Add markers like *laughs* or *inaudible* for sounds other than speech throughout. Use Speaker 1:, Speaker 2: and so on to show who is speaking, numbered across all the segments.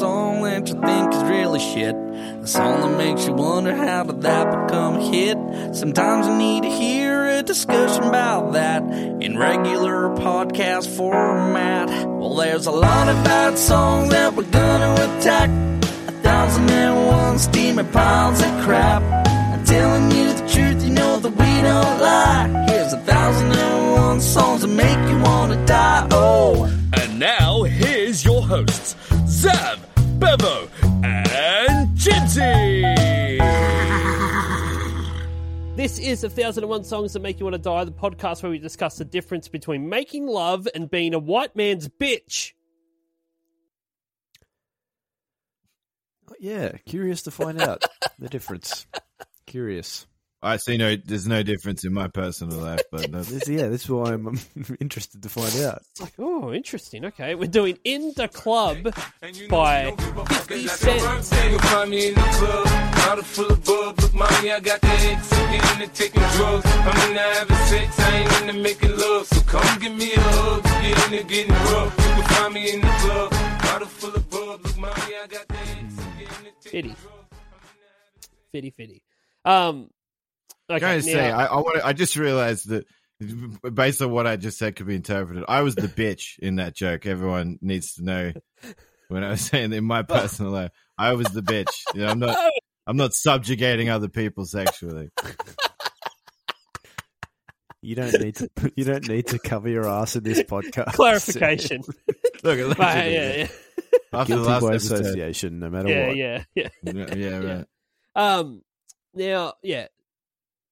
Speaker 1: that you think is really shit. The song that makes you wonder how did that become a hit. Sometimes you need to hear a discussion about that in regular podcast format. Well, there's a lot of bad songs that we're gonna attack. A thousand and one steaming piles of crap. I'm telling you the truth, you know that we don't lie. Here's a thousand and one songs that make you wanna die. Oh.
Speaker 2: And now here's your hosts, Zav, Bevo, and Gypsy.
Speaker 3: This is a 1001 Songs That Make You Want to Die, the podcast where we discuss the difference between making love and being a white man's bitch.
Speaker 4: Yeah, curious to find out the difference. Curious.
Speaker 5: I see no. There's no difference in my personal life,
Speaker 3: *laughs*
Speaker 5: but that's,
Speaker 4: This, yeah, this is why I'm um, interested to find out.
Speaker 3: It's like, oh, interesting. Okay, we're doing In the Club by 50 Cent.
Speaker 6: You'll find me in the club, bottle full of bub. Look, mommy, I got the X. I'm into taking drugs. I'm into having sex. I ain't into making love. So come give me a hug. Get into getting rough. You can find me in the club, bottle full of bub. Look, mommy, I got the X. I'm into taking
Speaker 3: Fitty.
Speaker 6: drugs.
Speaker 3: Fitty, fitty. Um, okay,
Speaker 5: Can I just say,
Speaker 3: now-
Speaker 5: I, I want. I just realized that based on what I just said could be interpreted. I
Speaker 3: *laughs*
Speaker 5: was the bitch in that joke. Everyone needs to know when I was saying
Speaker 3: *laughs*
Speaker 5: in my personal life, I was the bitch. You know, I'm not. I'm not subjugating other people sexually.
Speaker 4: You don't need to. You don't need to cover your ass in this podcast.
Speaker 5: *laughs*
Speaker 3: clarification.
Speaker 5: Look, allegedly,
Speaker 3: But, yeah, yeah,
Speaker 5: after the
Speaker 4: Guilty
Speaker 5: last
Speaker 4: by
Speaker 5: episode,
Speaker 4: association, no matter
Speaker 3: yeah,
Speaker 4: what.
Speaker 3: yeah, *laughs* yeah.
Speaker 5: yeah, yeah, right.
Speaker 3: Um, now, yeah,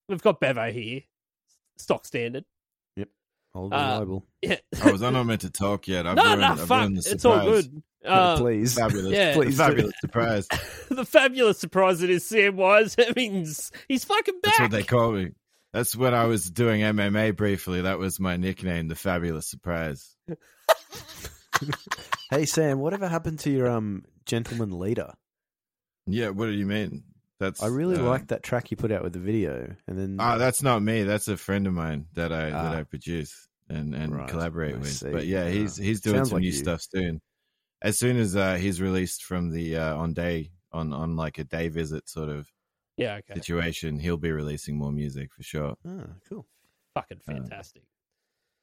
Speaker 3: we've got Bevo here, stock standard.
Speaker 4: Old
Speaker 3: Uh,
Speaker 4: reliable.
Speaker 3: Yeah,
Speaker 5: I was I'm not meant to talk yet. I've
Speaker 3: no,
Speaker 5: ruined,
Speaker 3: no,
Speaker 5: I've
Speaker 3: fuck,
Speaker 5: ruined the
Speaker 3: it's all
Speaker 5: surprise.
Speaker 3: good.
Speaker 4: No,
Speaker 3: Um,
Speaker 4: please.
Speaker 3: *laughs*
Speaker 5: Fabulous,
Speaker 3: Yeah.
Speaker 4: Please do.
Speaker 5: fabulous surprise.
Speaker 3: *laughs* the fabulous surprise that is Sam Wise. *laughs* It means he's fucking back.
Speaker 5: That's what they call me. That's when I was doing MMA briefly. That was my nickname, the Fabulous Surprise.
Speaker 4: Hey Sam, whatever happened to your um gentleman leader?
Speaker 5: Yeah, what do you mean? That's
Speaker 4: I really
Speaker 5: uh,
Speaker 4: liked that track you put out with the video, and then
Speaker 5: Ah, that's not me. That's a friend of mine that I that
Speaker 4: Ah.
Speaker 5: I produce and and
Speaker 4: Right,
Speaker 5: collaborate
Speaker 4: I
Speaker 5: with.
Speaker 4: see.
Speaker 5: But yeah, he's
Speaker 4: Ah.
Speaker 5: he's doing
Speaker 4: Sounds
Speaker 5: some
Speaker 4: like
Speaker 5: new
Speaker 4: you.
Speaker 5: stuff soon. As soon as uh, he's released from the uh, on day on on like a day visit sort of
Speaker 3: yeah, okay,
Speaker 5: situation, he'll be releasing more music for sure.
Speaker 4: Ah, cool.
Speaker 3: fucking
Speaker 5: uh,
Speaker 3: fantastic.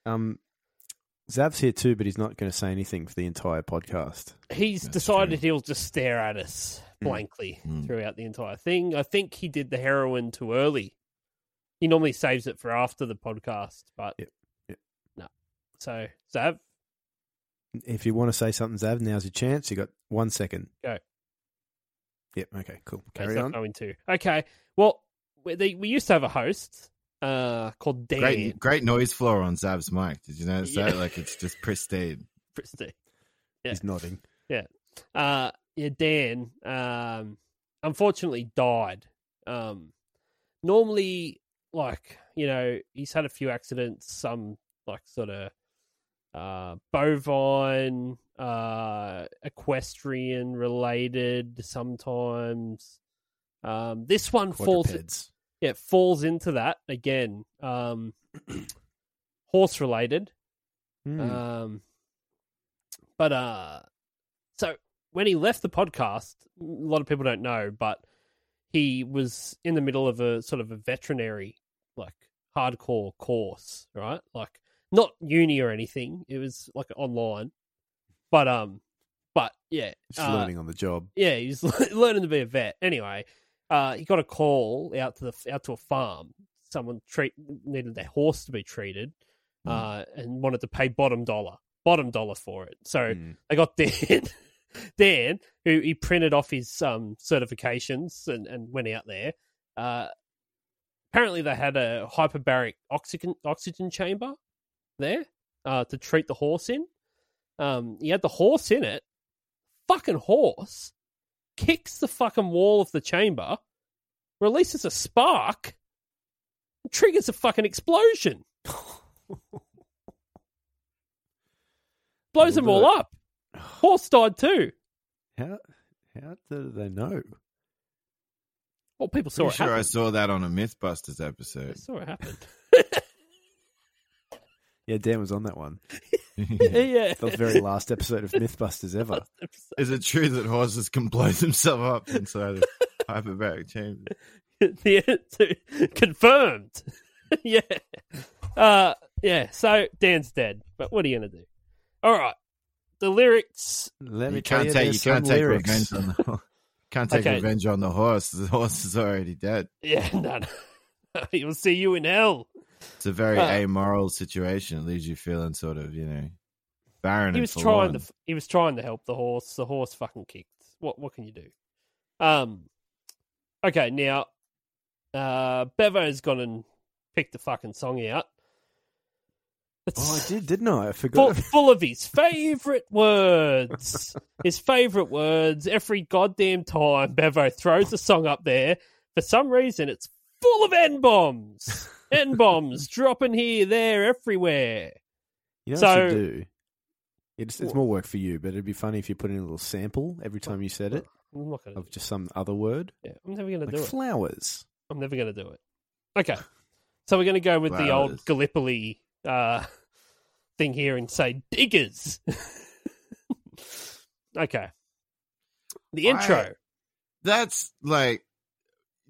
Speaker 4: Um, Zav's here too, but he's not going to say anything for the entire podcast.
Speaker 3: he's
Speaker 5: That's
Speaker 3: decided he'll just stare at us blankly
Speaker 5: Mm.
Speaker 3: throughout the entire thing. I think he did the heroin too early. He normally saves it for after the podcast, but
Speaker 4: Yep, yep.
Speaker 3: no. So Zav,
Speaker 4: If you want to say something, Zav, now's your chance. You got one second.
Speaker 3: Go.
Speaker 4: Yep. Okay. Cool.
Speaker 3: he's
Speaker 4: Carry
Speaker 3: not
Speaker 4: on.
Speaker 3: going to. Okay, well, we, they, we used to have a host uh, called Dan.
Speaker 5: Great great noise floor on Zab's mic. Did you notice
Speaker 3: Yeah.
Speaker 5: that? Like it's just pristine.
Speaker 3: Christie. yeah.
Speaker 4: He's nodding.
Speaker 3: uh yeah dan um unfortunately died um normally like you know he's had a few accidents some like sort of uh bovine uh equestrian related sometimes um this one falls
Speaker 4: Quadrupeds.
Speaker 3: yeah, it falls into that again um *clears throat* horse related
Speaker 4: Hmm.
Speaker 3: um, but uh, so when he left the podcast, a lot of people don't know, but he was in the middle of a sort of a veterinary, like hardcore course, right? Like not uni or anything. It was like online, but um, but yeah,
Speaker 4: Just
Speaker 3: uh,
Speaker 4: learning on the job.
Speaker 3: yeah, he's *laughs* learning to be a vet. Anyway, uh, he got a call out to the out to a farm. Someone treat needed their horse to be treated, uh, and wanted to pay bottom dollar, bottom dollar for it. So
Speaker 4: Mm.
Speaker 3: I got *laughs* Dan, Dan, who he printed off his um, certifications and, and went out there. Uh, apparently, they had a hyperbaric oxygen oxygen chamber there uh, to treat the horse in. Um, he had the horse in it. Fucking horse kicks the fucking wall of the chamber, releases a spark, and triggers a fucking explosion. Blows them all
Speaker 4: Remember
Speaker 3: up. Horse died too.
Speaker 4: How how do they know?
Speaker 3: Well, people saw
Speaker 5: Pretty
Speaker 3: it
Speaker 5: sure I
Speaker 3: happen.
Speaker 5: saw that on a Mythbusters
Speaker 3: They
Speaker 5: episode.
Speaker 3: saw it happen.
Speaker 4: Yeah, Dan was on that one.
Speaker 3: yeah.
Speaker 4: The very last episode of Mythbusters ever.
Speaker 5: *laughs* Is it true that horses can blow themselves
Speaker 3: *laughs*
Speaker 5: up inside a hyperbaric chamber?
Speaker 3: *laughs* the answer- confirmed. *laughs* yeah. Uh yeah, so Dan's dead, but what are you gonna do? All right. The lyrics
Speaker 4: Let me
Speaker 5: You
Speaker 4: tell
Speaker 5: can't
Speaker 4: you,
Speaker 5: take you
Speaker 4: there's some
Speaker 5: can't take
Speaker 4: lyrics.
Speaker 5: revenge on the horse. Can't take
Speaker 3: Okay.
Speaker 5: revenge on the horse. The horse is already dead.
Speaker 3: Yeah, *laughs* no, no. *laughs* He'll see you in hell.
Speaker 5: It's a very
Speaker 3: Uh,
Speaker 5: amoral situation. It leaves you feeling sort of, you know, barren.
Speaker 3: He
Speaker 5: and
Speaker 3: was
Speaker 5: forlorn.
Speaker 3: trying to he was trying to help the horse. The horse fucking kicked. What what can you do? Um Okay, now uh Bevo's gone and picked the fucking song out. It's-
Speaker 4: Oh, I did, didn't I? I
Speaker 3: full,
Speaker 4: forgot.
Speaker 3: full of his favorite words. his favorite words. Every goddamn time Bevo throws a song up there, for some reason it's full of N
Speaker 5: *laughs*
Speaker 3: bombs. N bombs dropping here, there, everywhere.
Speaker 4: You know
Speaker 3: So-
Speaker 4: what you do? It's, it's more work for you, but it'd be funny if you put in a little sample every time you said it
Speaker 3: I'm not gonna. Do
Speaker 4: of just some other word,
Speaker 3: it. Yeah, I'm never gonna
Speaker 4: like
Speaker 3: do it.
Speaker 4: flowers.
Speaker 3: I'm never gonna do it. Okay, so we're gonna go with the
Speaker 5: Wow,
Speaker 3: old
Speaker 5: that's-
Speaker 3: Gallipoli uh, thing here and say diggers. *laughs* okay. The
Speaker 5: Why-
Speaker 3: intro.
Speaker 5: that's like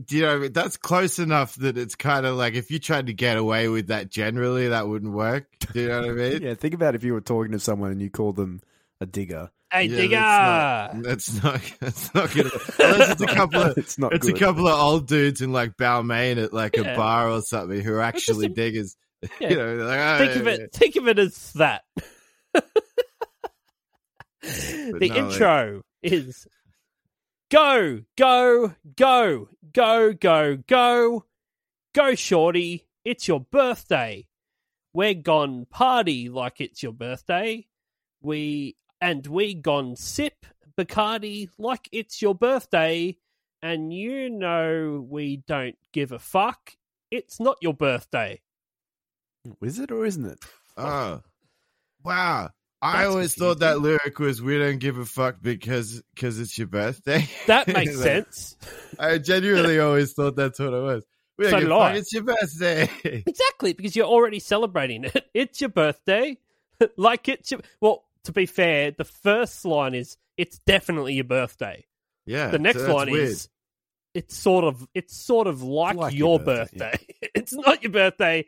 Speaker 5: do you know what I mean? that's close enough that it's kind of like if you tried to get away with that generally that wouldn't work do you know what i mean
Speaker 4: Yeah, think about if you were talking to someone and you called them a digger.
Speaker 3: Hey,
Speaker 5: Yeah,
Speaker 3: digger.
Speaker 5: that's not *laughs* that's not good unless
Speaker 3: *laughs*
Speaker 5: it's a couple
Speaker 4: *laughs*
Speaker 5: of
Speaker 4: it's not
Speaker 5: it's
Speaker 4: good.
Speaker 5: a couple of old dudes in like balmain at like
Speaker 3: Yeah.
Speaker 5: a bar or something who are
Speaker 3: just
Speaker 5: actually
Speaker 3: im-
Speaker 5: diggers *laughs*
Speaker 3: Yeah.
Speaker 5: you know they're like,
Speaker 3: think of
Speaker 5: "Oh,
Speaker 3: it think of it as that *laughs* the
Speaker 5: no, like-
Speaker 3: intro is go go go go go go go shorty it's your birthday we're gone party like it's your birthday we and we gone sip bacardi like it's your birthday and you know we don't give a fuck it's not your birthday
Speaker 4: Is it or isn't it?
Speaker 5: Oh, wow. I
Speaker 3: That's
Speaker 5: always thought that lyric was "We don't give a fuck because because it's your birthday." *laughs*
Speaker 3: that makes
Speaker 5: Like,
Speaker 3: sense
Speaker 5: I genuinely always thought that's what it was. We
Speaker 3: So
Speaker 5: don't give
Speaker 3: did
Speaker 5: a fuck.
Speaker 3: I.
Speaker 5: It's your birthday. *laughs*
Speaker 3: Exactly, because you're already celebrating it. *laughs* It's your birthday. *laughs* like it's your well, to be fair, the first line is it's definitely your birthday.
Speaker 5: yeah.
Speaker 3: The next
Speaker 5: so that's
Speaker 3: line
Speaker 5: weird.
Speaker 3: is it's sort of it's sort of like,
Speaker 4: like
Speaker 3: your
Speaker 4: your
Speaker 3: birthday. *laughs*
Speaker 4: birthday,
Speaker 3: it's not your birthday.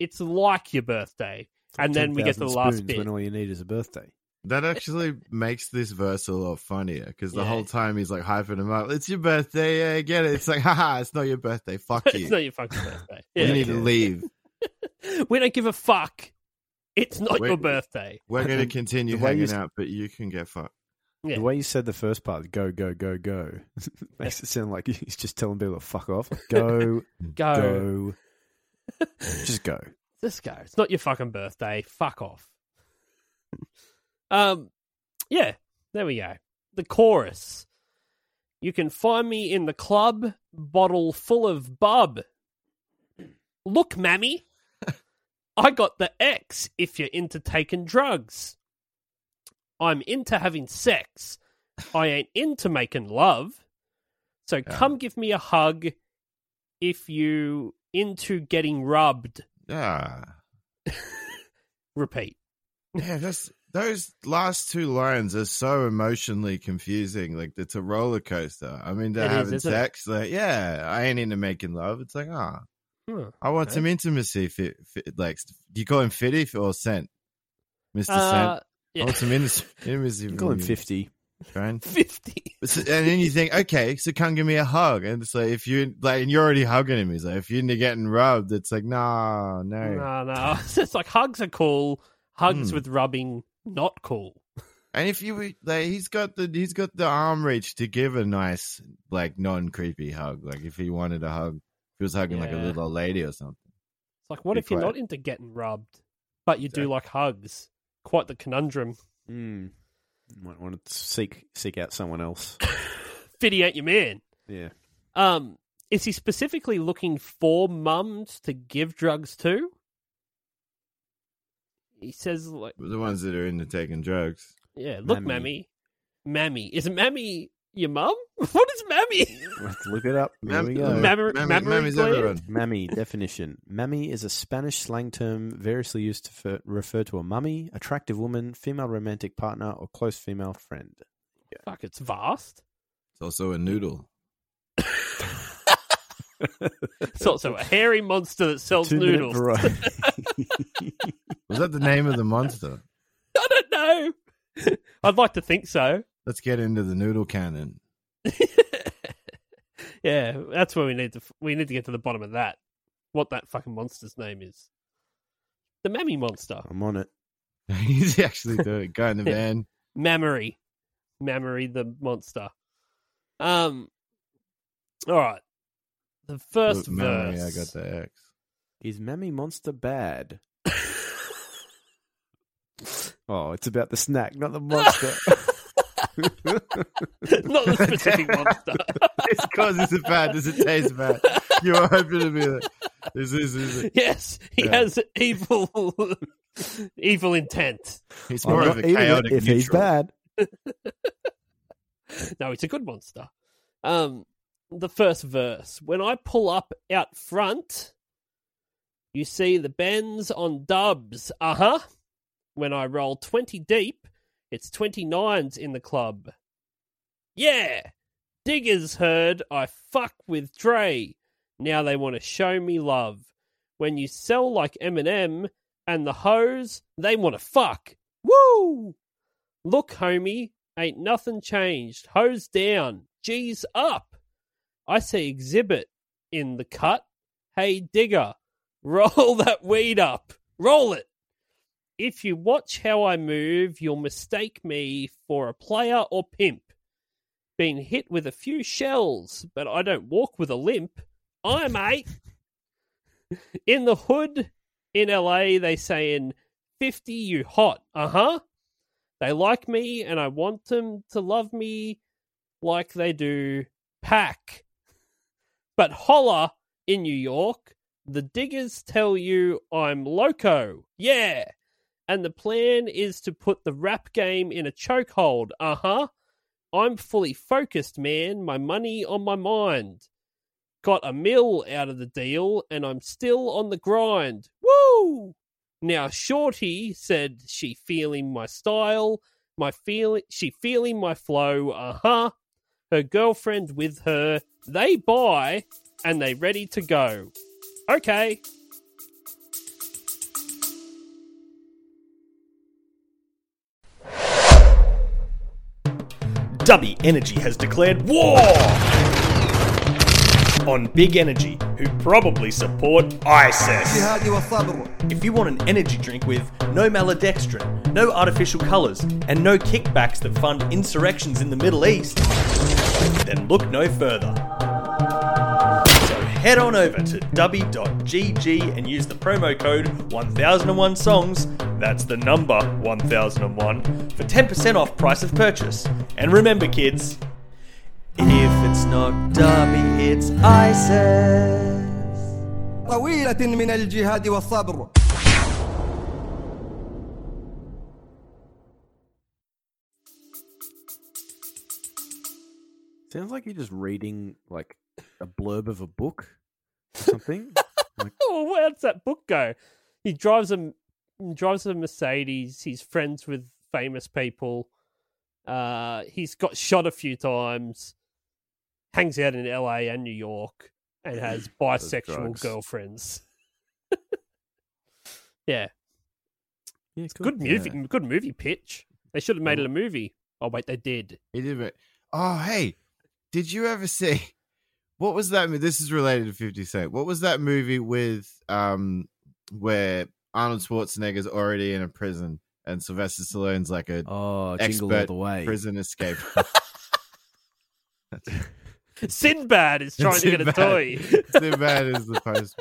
Speaker 3: It's like your birthday. And then we get to the
Speaker 4: 10,000
Speaker 3: last
Speaker 4: spoons
Speaker 3: bit.
Speaker 4: When all you need is a birthday.
Speaker 5: that actually makes this verse a lot funnier because the
Speaker 3: Yeah.
Speaker 5: whole time he's like hyping him up. It's your birthday. Yeah, I get it. It's like, haha, it's not your birthday. Fuck
Speaker 3: *laughs*
Speaker 5: you.
Speaker 3: it's not your fucking birthday.
Speaker 5: You
Speaker 3: Yeah.
Speaker 5: need to leave.
Speaker 3: we don't give a fuck. It's not
Speaker 5: Wait.
Speaker 3: your birthday.
Speaker 5: We're going to
Speaker 4: And
Speaker 5: continue
Speaker 4: the way you s-
Speaker 5: hanging out, but you can get fucked.
Speaker 3: Yeah.
Speaker 4: The way you said the first part, go, go, go, go, *laughs* makes it sound like *laughs* he's just telling people to
Speaker 3: *laughs*
Speaker 4: fuck off. Like, go,
Speaker 3: Go. *laughs*
Speaker 4: go. just go.
Speaker 3: Just go. It's not your fucking birthday. Fuck off. um, yeah, there we go. The chorus. You can find me in the club, bottle full of bub. Look, mammy, I got the X if you're into taking drugs. I'm into having sex. I ain't into making love. So come give me a hug if you into getting rubbed
Speaker 5: Yeah.
Speaker 3: repeat.
Speaker 5: Yeah, that's those last two lines are so emotionally confusing. Like it's a roller coaster. I mean, they're
Speaker 3: It is,
Speaker 5: having
Speaker 3: isn't it?
Speaker 5: sex. Like, yeah, I ain't into making love. It's like, ah,
Speaker 3: Hmm.
Speaker 5: I want some intimacy. Fit, fit, like, do you call him fitty or scent, Mister
Speaker 3: Uh,
Speaker 5: Scent? I
Speaker 3: yeah. *laughs*
Speaker 5: want some intimacy. intimacy
Speaker 4: You
Speaker 5: from
Speaker 4: call him
Speaker 5: you,
Speaker 4: 50.
Speaker 5: Fran.
Speaker 3: 50.
Speaker 5: So- And then you think, okay, so come give me a hug. And it's like, if you like, and you're already hugging him. He's like, if you're into getting rubbed, it's like, nah, no.
Speaker 3: No, no. *laughs* It's like hugs are cool. Hugs
Speaker 5: Hmm.
Speaker 3: with rubbing, not cool.
Speaker 5: And if you were- like, he's got the he's got the arm reach to give a nice like non creepy hug. Like if he wanted a hug, if he was hugging like a
Speaker 3: Yeah.
Speaker 5: little old lady or something.
Speaker 3: It's like, what
Speaker 5: Be
Speaker 3: if you're
Speaker 5: quiet.
Speaker 3: not into getting rubbed, but you do like hugs? Quite the conundrum.
Speaker 4: Mm. Might want to seek seek out someone else.
Speaker 3: Fiddy ain't your man.
Speaker 4: Yeah.
Speaker 3: Um, is he specifically looking for mums to give drugs to? He says, like,
Speaker 5: The ones that are into taking drugs.
Speaker 3: yeah, look,
Speaker 4: Mammy.
Speaker 3: mammy. Mammy. Is mammy Your mum? *laughs* What is mammy?
Speaker 4: Let's look it up. There we go.
Speaker 3: Mamma- mammary
Speaker 5: Mammy's
Speaker 3: gland?
Speaker 5: everyone.
Speaker 4: Mammy definition. Mammy is a Spanish slang term variously used to fer- refer to a mummy, attractive woman, female romantic partner, or close female
Speaker 5: *laughs*
Speaker 4: friend.
Speaker 3: Fuck, it's vast.
Speaker 5: It's also a noodle.
Speaker 3: It's
Speaker 5: *laughs*
Speaker 3: also a hairy monster that sells
Speaker 4: Two-minute
Speaker 3: noodles.
Speaker 4: variety.
Speaker 5: Was that the name of the monster?
Speaker 3: *laughs* I don't know. *laughs* I'd like to think so. *laughs*
Speaker 5: Let's get into the noodle cannon.
Speaker 3: yeah, that's where we need to we need to get to the bottom of that. What that fucking monster's name is. The mammy monster.
Speaker 4: I'm on it.
Speaker 5: *laughs* He's actually doing it. Guy in the
Speaker 3: Yeah.
Speaker 5: van.
Speaker 3: Mammary. Mammary the monster. Um all right. The first
Speaker 5: Look, Mamma
Speaker 3: verse.
Speaker 5: Mia, I got
Speaker 3: *laughs*
Speaker 5: the X.
Speaker 4: Is Mammy monster
Speaker 5: *laughs*
Speaker 4: bad? oh, it's about the snack, not the
Speaker 5: *laughs*
Speaker 4: monster.
Speaker 3: *laughs* Not the specific
Speaker 5: *laughs*
Speaker 3: monster.
Speaker 5: It's because it's bad. Does it taste
Speaker 3: *laughs*
Speaker 5: bad? You are hoping to be like, is this, is it?
Speaker 3: yes, he
Speaker 5: Yeah.
Speaker 3: has evil *laughs* evil intent.
Speaker 5: He's
Speaker 4: I'm
Speaker 5: more
Speaker 4: not
Speaker 5: of a
Speaker 4: eating it
Speaker 5: chaotic
Speaker 4: if he's
Speaker 5: neutral.
Speaker 4: bad.
Speaker 3: *laughs* No, it's a good monster. Um, the first verse. When I pull up out front, you see the bends on dubs. Uh huh. When I roll 20 deep, it's 29s in the club. Yeah. Diggers heard I fuck with Dre. Now they want to show me love. When you sell like Eminem and the hoes, they want to fuck. Woo! Look, homie, ain't nothing changed. Hose down, G's up. I see exhibit in the cut. Hey, digger, roll *laughs* that weed up. Roll it. If you watch how I move, you'll mistake me for a player or pimp. Been hit with a few shells, but I don't walk with a limp. I'm eight. In the hood in LA, they saying 50 you hot. Uh huh. They like me and I want them to love me like they do Pack. But holla in New York, the diggers tell you I'm loco. Yeah. And the plan is to put the rap game in a chokehold. Uh huh. I'm fully focused, man. My money on my mind. Got a mill out of the deal and I'm still on the grind. Woo! Now Shorty said she feeling my style, my feeling she feeling my flow, uh-huh. Her girlfriend with her, they buy and they ready to go. Okay.
Speaker 7: Dubby Energy has declared war on Big Energy, who probably support ISIS. If you want an energy drink with no maladextrin, no artificial colours, and no kickbacks that fund insurrections in the Middle East, then look no further. So head on over to dubby.gg and use the promo code 1001 songs, that's the number 1001, for 10% off price of purchase. And remember, kids, if it's not dubby, it's ISIS.
Speaker 8: طويلة من الجهاد والصبر
Speaker 4: Sounds like you're just reading like a blurb of a book or
Speaker 5: *laughs*
Speaker 4: something.
Speaker 3: Oh, where does that book go? He drives a drives a Mercedes, he's friends with famous people. Uh he's got shot a few times. Hangs out in LA and New York and has bisexual
Speaker 4: drugs.
Speaker 3: girlfriends. yeah.
Speaker 4: yeah,
Speaker 3: Good movie. Good movie pitch. They should have made it a movie. Oh wait, they did.
Speaker 5: He did it. Oh, hey, did you ever see what was that? mo- This is related to Fifty Cent. What was that movie with um where Arnold Schwarzenegger's already in a prison and Sylvester Stallone's like a
Speaker 4: Oh, jingle all
Speaker 5: Expert
Speaker 4: the way. *laughs*
Speaker 5: prison escape?
Speaker 3: Sinbad
Speaker 5: *laughs*
Speaker 3: is trying to get a
Speaker 5: Sinbad.
Speaker 3: toy.
Speaker 5: Sinbad is the
Speaker 4: *laughs*
Speaker 5: post.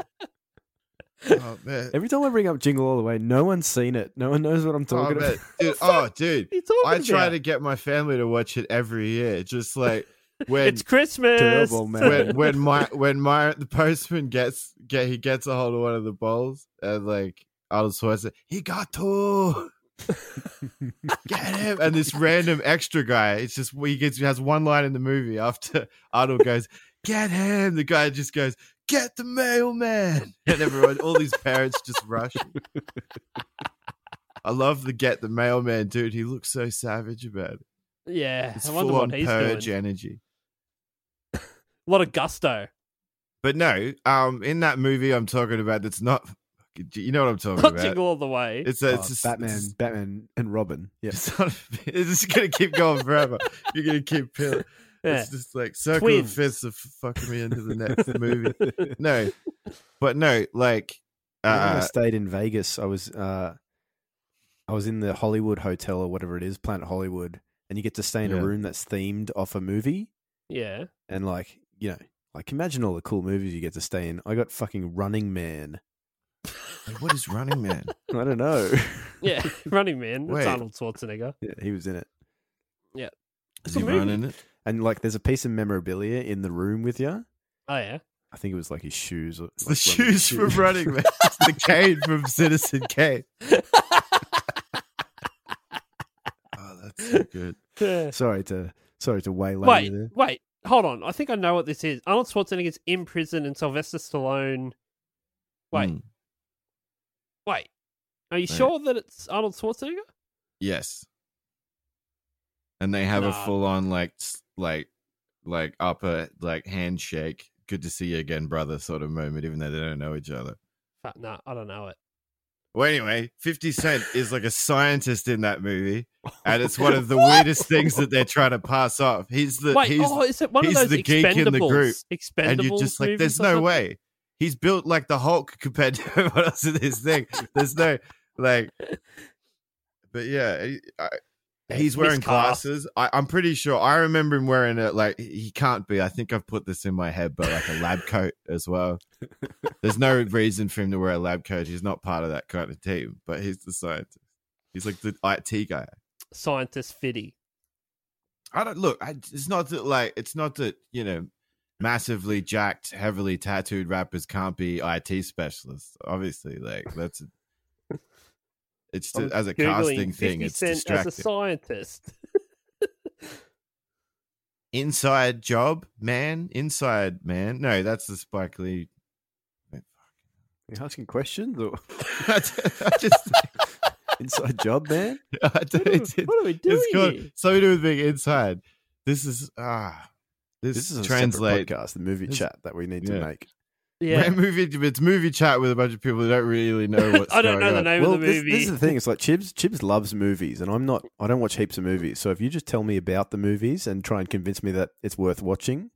Speaker 5: Oh man.
Speaker 4: Every time I bring up jingle all the way, no one's seen it. No one knows what I'm
Speaker 5: Oh,
Speaker 4: talking *laughs*
Speaker 5: man.
Speaker 4: about.
Speaker 5: Dude, oh, dude.
Speaker 3: You talking
Speaker 5: I try
Speaker 3: about?
Speaker 5: to get my family to watch it every year. Just like when
Speaker 3: It's Christmas.
Speaker 4: Terrible, man.
Speaker 5: *laughs* when when my when my the postman gets get he gets a hold of one of the bowls and like Arnold Schwarzenegger, he got two. Get him! And this random extra guy, it's just he gets he has one line in the movie after *laughs* Arnold goes, "Get him!" The guy just goes, "Get the mailman!" *laughs* And everyone, all these parents just rush. I love the get the mailman dude. He looks so savage about it.
Speaker 3: Yeah,
Speaker 5: It's
Speaker 3: I wonder
Speaker 5: full on
Speaker 3: what he's
Speaker 5: purge
Speaker 3: doing.
Speaker 5: energy.
Speaker 3: A lot of gusto.
Speaker 5: But no, um, in that movie I'm talking about, it's not. You know what I'm talking
Speaker 3: Punching
Speaker 5: about?
Speaker 3: all the way.
Speaker 5: It's a,
Speaker 4: Oh,
Speaker 5: it's a
Speaker 4: Batman,
Speaker 5: it's-
Speaker 4: Batman, and Robin. Yeah, *laughs*
Speaker 5: It's not. *laughs* It's just gonna keep going forever. You're
Speaker 3: *laughs*
Speaker 5: gonna keep peeling.
Speaker 3: Yeah.
Speaker 5: It's just like circle
Speaker 3: Twins.
Speaker 5: of fists of fucking me
Speaker 3: *laughs*
Speaker 5: into the next movie. No, but no, like
Speaker 4: When I
Speaker 5: uh,
Speaker 4: stayed in Vegas, I was uh, I was in the Hollywood Hotel or whatever it is, Planet Hollywood, and you get to stay in
Speaker 5: Yeah.
Speaker 4: a room that's themed off a movie,
Speaker 3: Yeah.
Speaker 4: and like you know, like imagine all the cool movies you get to stay in. I got fucking Running Man.
Speaker 5: like, *laughs* what is Running
Speaker 3: *laughs*
Speaker 5: Man?
Speaker 4: *laughs* I don't know.
Speaker 3: Yeah. Running Man. That's
Speaker 5: Wait.
Speaker 3: Arnold Schwarzenegger.
Speaker 4: *laughs* yeah, he was in it,
Speaker 5: Is
Speaker 3: a
Speaker 5: he
Speaker 3: movie.
Speaker 5: running it?
Speaker 4: and like there's a piece of memorabilia in the room with you.
Speaker 3: Oh, yeah.
Speaker 4: I think it was like his shoes. Or,
Speaker 5: It's the
Speaker 4: like, running
Speaker 5: shoes from Running Man. *laughs* It's the cane from Citizen
Speaker 3: *laughs*
Speaker 5: Kane. oh, that's so good.
Speaker 3: Yeah.
Speaker 4: Sorry to sorry to waylay
Speaker 3: wait,
Speaker 4: you there.
Speaker 3: wait. Hold on. I think I know what this is. Arnold Schwarzenegger's in prison and Sylvester Stallone. Wait,
Speaker 5: Mm,
Speaker 3: wait. Are you sure that it's Arnold Schwarzenegger?
Speaker 5: yes, and they have
Speaker 3: Nah.
Speaker 5: a full-on like s- like like upper like handshake. Good to see you again, brother. Sort of moment, even though they don't know each other.
Speaker 3: Fuck, no, I don't know it.
Speaker 5: Well, anyway, 50 Cent is like a scientist in that movie, and it's one
Speaker 3: *laughs*
Speaker 5: of the weirdest things that they're trying to pass off. He's the
Speaker 3: wait,
Speaker 5: he's,
Speaker 3: oh, is it one of
Speaker 5: he's
Speaker 3: those
Speaker 5: the geek
Speaker 3: expendables?
Speaker 5: in the group,
Speaker 3: Expendables
Speaker 5: and you're just like,
Speaker 3: movies
Speaker 5: there's
Speaker 3: or
Speaker 5: no
Speaker 3: something?
Speaker 5: way. He's built like the Hulk compared to *laughs* everyone else in this thing. There's no like,
Speaker 3: *laughs*
Speaker 5: but yeah, he- I,
Speaker 3: Yeah,
Speaker 5: he's wearing
Speaker 3: miscast.
Speaker 5: glasses. I, I'm pretty sure. I remember him wearing it. Like he can't be. I think I've put this in my head, but like a lab coat as well. There's no reason for him to wear a lab coat. He's not part of that kind of team. But he's the scientist. He's like the IT guy.
Speaker 3: Scientist Fiddy.
Speaker 5: I don't look. I, it's not that like it's not that you know massively jacked, heavily tattooed rappers can't be IT specialists. Obviously, like that's it's
Speaker 3: I'm
Speaker 5: just, as a
Speaker 3: Googling
Speaker 5: casting
Speaker 3: 50
Speaker 5: thing. It's
Speaker 3: Cent as a
Speaker 5: distracting. *laughs*
Speaker 3: scientist.
Speaker 5: Inside job, man. Inside man. No, that's the Spike Lee. *laughs*
Speaker 4: You're asking questions *laughs* or
Speaker 5: I just
Speaker 4: inside job, man.
Speaker 5: I
Speaker 3: What
Speaker 5: don't-
Speaker 3: are,
Speaker 5: it's,
Speaker 3: we- what are we doing?
Speaker 5: it's
Speaker 3: here?
Speaker 5: got something to do with being inside. This is ah. This,
Speaker 4: This is a translate
Speaker 5: translate.
Speaker 4: podcast, the movie
Speaker 5: This-
Speaker 4: chat that we need
Speaker 5: yeah.
Speaker 4: to make.
Speaker 5: Yeah.
Speaker 3: Yeah.
Speaker 5: Movie, it's movie chat with a bunch of people who don't really know what's
Speaker 3: *laughs* I don't
Speaker 5: going
Speaker 3: know
Speaker 5: on.
Speaker 3: the name
Speaker 4: well,
Speaker 3: of the
Speaker 4: this,
Speaker 3: movie.
Speaker 4: this is the thing. It's like Chibs. Chibs loves movies, and I'm not. I don't watch heaps of movies. So if you just tell me about the movies and try and convince me that it's worth watching,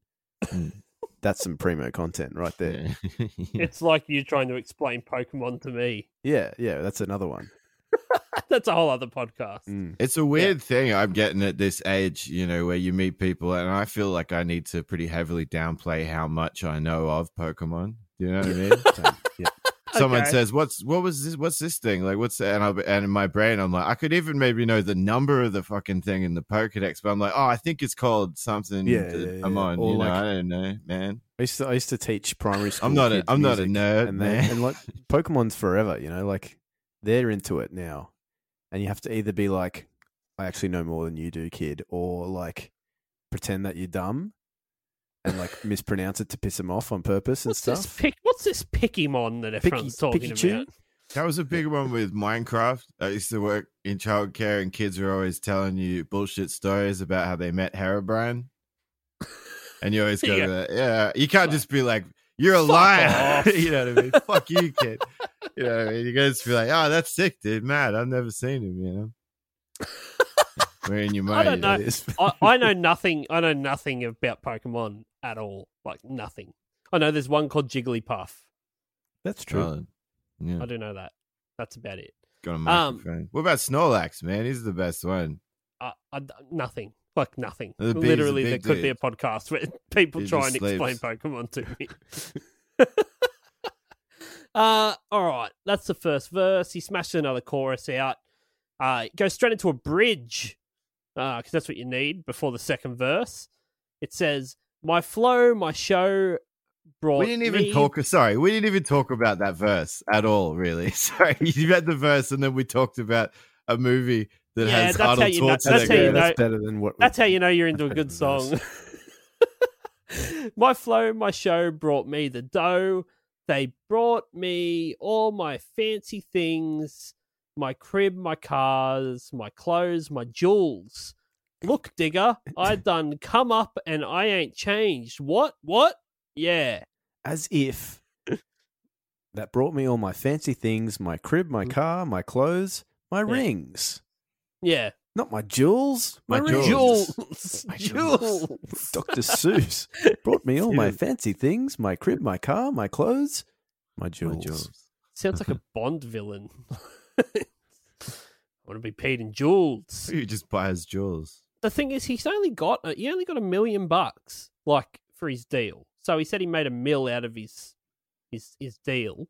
Speaker 5: Mm.
Speaker 4: that's some primo content right there.
Speaker 5: *laughs* Yeah.
Speaker 3: It's like you trying to explain Pokemon to me. *laughs*
Speaker 4: Yeah, yeah, that's another one.
Speaker 3: That's a whole other podcast.
Speaker 4: Mm.
Speaker 5: It's a weird thing I'm getting at this age, you know, where you meet people, and I feel like I need to pretty heavily downplay how much I know of Pokemon. You know what I mean?
Speaker 4: So, *laughs* yeah.
Speaker 5: Someone
Speaker 3: Okay.
Speaker 5: says, "What's what was this? What's this thing? Like, what's that?" And I and in my brain, I'm like, I could even maybe know the number of the fucking thing in the Pokedex, but I'm like, oh, I think it's called something.
Speaker 4: Yeah,
Speaker 5: that
Speaker 4: yeah, yeah.
Speaker 5: I'm on.
Speaker 4: Or
Speaker 5: you
Speaker 4: like-
Speaker 5: know, I don't know, man.
Speaker 4: I used to. I used to teach primary school.
Speaker 5: I'm not a
Speaker 4: kids
Speaker 5: I'm not a
Speaker 4: music,
Speaker 5: nerd,
Speaker 4: and they,
Speaker 5: man.
Speaker 4: and like Pokemon's forever. You know, like they're into it now, and you have to either be like, I actually know more than you do, kid, or like pretend that you're dumb and like *laughs* mispronounce it to piss them off on purpose and
Speaker 3: What's
Speaker 4: stuff.
Speaker 3: this pick? What's this Pokemon that
Speaker 4: Picky-
Speaker 3: everyone's talking
Speaker 4: Pikachu?
Speaker 3: about?
Speaker 5: That was a big one with Minecraft. I used to work in childcare, and kids were always telling you bullshit stories about how they met Herobrine. And
Speaker 3: *laughs*
Speaker 5: you always go,
Speaker 3: Yeah.
Speaker 5: yeah, yeah. you can't just be like, you're a liar.
Speaker 3: off.
Speaker 5: *laughs* you know what I mean? Fuck you,
Speaker 3: *laughs*
Speaker 5: kid. You know what I mean? You guys be like, oh, that's sick, dude. Mad. I've never seen him, you know?
Speaker 3: *laughs*
Speaker 5: We're in your mind.
Speaker 3: I don't
Speaker 5: you know?
Speaker 3: know. I, I know nothing. I know nothing about Pokemon at all. Like nothing. I know there's one called Jigglypuff.
Speaker 4: That's
Speaker 5: Colin. Yeah,
Speaker 3: I do know that. That's about it.
Speaker 5: got a
Speaker 3: Um,
Speaker 5: microphone. what about Snorlax, man? He's the best one.
Speaker 3: I, I, uh, nothing. Like nothing.
Speaker 5: The big-
Speaker 3: Literally,
Speaker 5: the
Speaker 3: there
Speaker 5: big
Speaker 3: could be a
Speaker 5: dude.
Speaker 3: podcast where *laughs* people
Speaker 5: He
Speaker 3: try and
Speaker 5: just
Speaker 3: explain
Speaker 5: sleeps.
Speaker 3: Pokemon to me.
Speaker 5: *laughs*
Speaker 3: *laughs* uh, all right. That's the first verse. He smashes another chorus out. Uh, it goes straight into a bridge because that's what you need before the second verse. It says, "My flow, my show." Brought
Speaker 5: we didn't even
Speaker 3: me
Speaker 5: talk. Sorry, *laughs* we didn't even talk about that verse at all. Really, sorry. You read the verse, and then we talked about a movie that
Speaker 3: Yeah, that's
Speaker 5: has
Speaker 3: how
Speaker 5: Arnold
Speaker 3: you know- that's how
Speaker 5: Schwarzenegger.
Speaker 3: you
Speaker 5: in it.
Speaker 4: yeah,
Speaker 3: know-
Speaker 4: that's better than what. we-
Speaker 3: That's how you know you're into a good
Speaker 4: Nice.
Speaker 3: song. *laughs* my flow, my show brought me the dough. They brought me all my fancy things my crib, my cars, my clothes, my jewels. Look, digger,
Speaker 4: *laughs*
Speaker 3: I done come up and I ain't changed. What? What? Yeah.
Speaker 4: *laughs* as if that brought me all my fancy things, my crib, my car, my clothes, my rings,
Speaker 3: Yeah.
Speaker 4: not my jewels, my,
Speaker 5: My
Speaker 4: rings.
Speaker 3: Jewels. *laughs*
Speaker 4: *laughs* My jewels.
Speaker 3: Jewels.
Speaker 4: Dr. Seuss brought me
Speaker 3: *laughs*
Speaker 4: all my fancy things, my crib, my car, my clothes, my jewels.
Speaker 3: Sounds like a Bond villain. *laughs* I want to be paid in jewels.
Speaker 5: Who just buys jewels?
Speaker 3: the thing is, he's only got he only got a million bucks, like for his deal. So he said he made a mill out of his his his deal.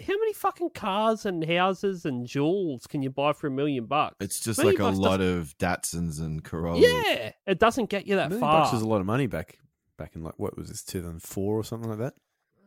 Speaker 3: How many fucking cars and houses and jewels can you buy for a million bucks?
Speaker 5: It's just
Speaker 3: Million
Speaker 5: like a
Speaker 3: bucks
Speaker 5: lot of Datsuns and Corollas.
Speaker 3: Yeah, it doesn't get you
Speaker 4: A
Speaker 3: that
Speaker 4: million
Speaker 3: far.
Speaker 4: bucks is a lot of money back back in like what was this 2004 or something like that.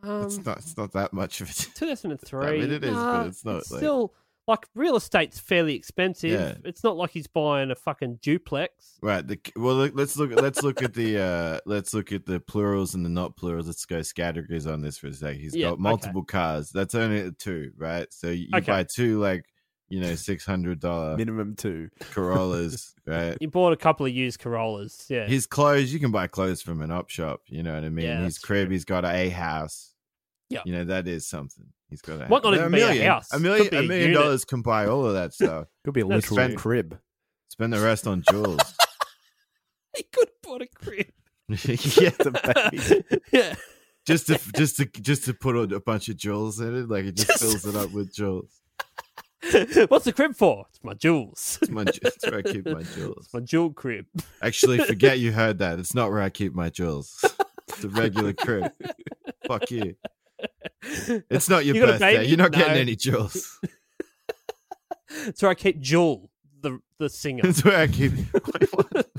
Speaker 5: It's
Speaker 3: Um,
Speaker 5: not, it's not that much of it.
Speaker 3: 2003.
Speaker 5: *laughs* I mean, it is, but
Speaker 3: nah,
Speaker 5: it's not, like-
Speaker 3: still like real estate's fairly expensive.
Speaker 5: Yeah.
Speaker 3: It's not like he's buying a fucking duplex.
Speaker 5: Right. The, well, look, let's look. Let's look at the. uh Let's look at the plurals and the not plurals. Let's go scattergories on this for a sec. He's
Speaker 3: Yeah,
Speaker 5: got
Speaker 3: okay.
Speaker 5: multiple cars. That's only two, right? So you
Speaker 3: Okay.
Speaker 5: buy two, like you know, six
Speaker 4: *laughs*
Speaker 5: hundred dollar
Speaker 4: Minimum two.
Speaker 5: Corollas, right?
Speaker 3: He bought a couple of used Corollas. Yeah,
Speaker 5: His clothes, you can buy clothes from an op shop. You know what I mean?
Speaker 3: Yeah,
Speaker 5: His
Speaker 3: that's
Speaker 5: crib, he's got a house.
Speaker 3: Yeah.
Speaker 5: You know that is something. He's got a
Speaker 3: Might not
Speaker 5: a
Speaker 3: even be a
Speaker 5: million,
Speaker 3: house.
Speaker 5: A
Speaker 3: Could
Speaker 5: million,
Speaker 3: be
Speaker 5: a
Speaker 3: a
Speaker 5: million
Speaker 3: unit.
Speaker 5: dollars can buy all of that stuff.
Speaker 4: Could be a
Speaker 3: That's
Speaker 4: literal
Speaker 3: *laughs*
Speaker 5: true.
Speaker 4: crib.
Speaker 5: Spend the rest on jewels.
Speaker 3: *laughs*
Speaker 5: *laughs*
Speaker 3: he could have bought a crib.
Speaker 5: yeah,
Speaker 3: yeah.
Speaker 5: just to just to just to put a, a bunch of jewels in it, like it just fills it up with jewels.
Speaker 3: *laughs* What's the crib for? It's my jewels. *laughs*
Speaker 5: It's, my, ju- it's where I keep my jewels.
Speaker 3: It's my jewel crib. *laughs*
Speaker 5: Actually, forget you heard that. It's not where I keep my jewels. It's a regular crib. Fuck you. It's not your
Speaker 3: You got a
Speaker 5: birthday.
Speaker 3: baby?
Speaker 5: You're not getting
Speaker 3: No. *laughs*
Speaker 5: any jewels.
Speaker 3: It's where I keep Jewel, the the singer,
Speaker 5: *laughs* It's where I keep. Wait, what?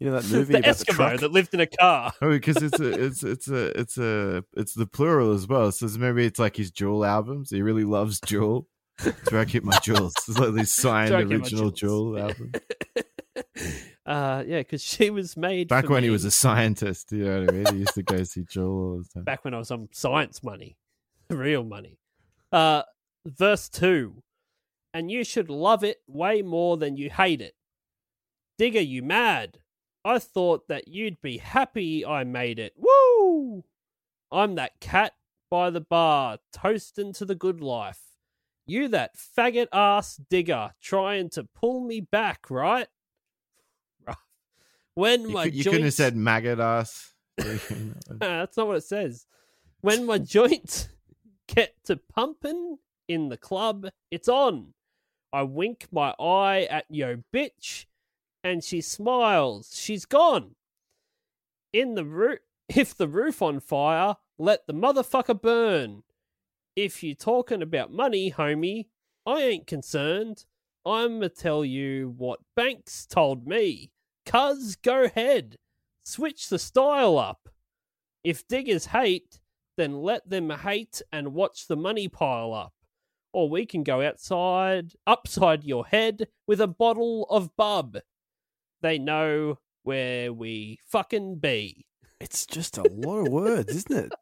Speaker 4: You know that
Speaker 3: the
Speaker 4: movie about the
Speaker 3: Eskimo
Speaker 4: truck?
Speaker 3: that lived in a car. *laughs*
Speaker 5: Oh, because it's a, it's it's a it's a it's the plural as well. So maybe it's like his jewel albums. He really loves jewel. It's where I keep my jewels. It's like these signed
Speaker 3: where I keep my
Speaker 5: original
Speaker 3: jewels.
Speaker 5: jewel album.
Speaker 3: Uh, yeah, because she was *laughs* made
Speaker 5: Back
Speaker 3: for
Speaker 5: when he
Speaker 3: me
Speaker 5: was a scientist, you know what I mean? He used to go see Joel all the time.
Speaker 3: back when I was on science money, *laughs* real money. Uh, verse two, and you should love it way more than you hate it. Digger, you mad? I thought that you'd be happy I made it. Woo! I'm that cat by the bar, toasting to the good life. You that faggot ass digger, trying to pull me back, right? *laughs* When
Speaker 5: You,
Speaker 3: my
Speaker 5: could, you couldn't have
Speaker 3: joints-
Speaker 5: said maggot ass. *laughs*
Speaker 3: uh, *laughs* that's not what it says. When my joints get to pumping in the club, it's on. I wink my eye at yo bitch, and she smiles. She's gone. In the roof, if the roof on fire, let the motherfucker burn. If you talking about money, homie, I ain't concerned. I'ma tell you what Banks told me. Cuz go ahead, switch the style up. If diggers hate, then let them hate and watch the money pile up. Or we can go outside, upside your head with a bottle of bub. They know where we fucking be.
Speaker 4: It's just a lot of words, isn't it?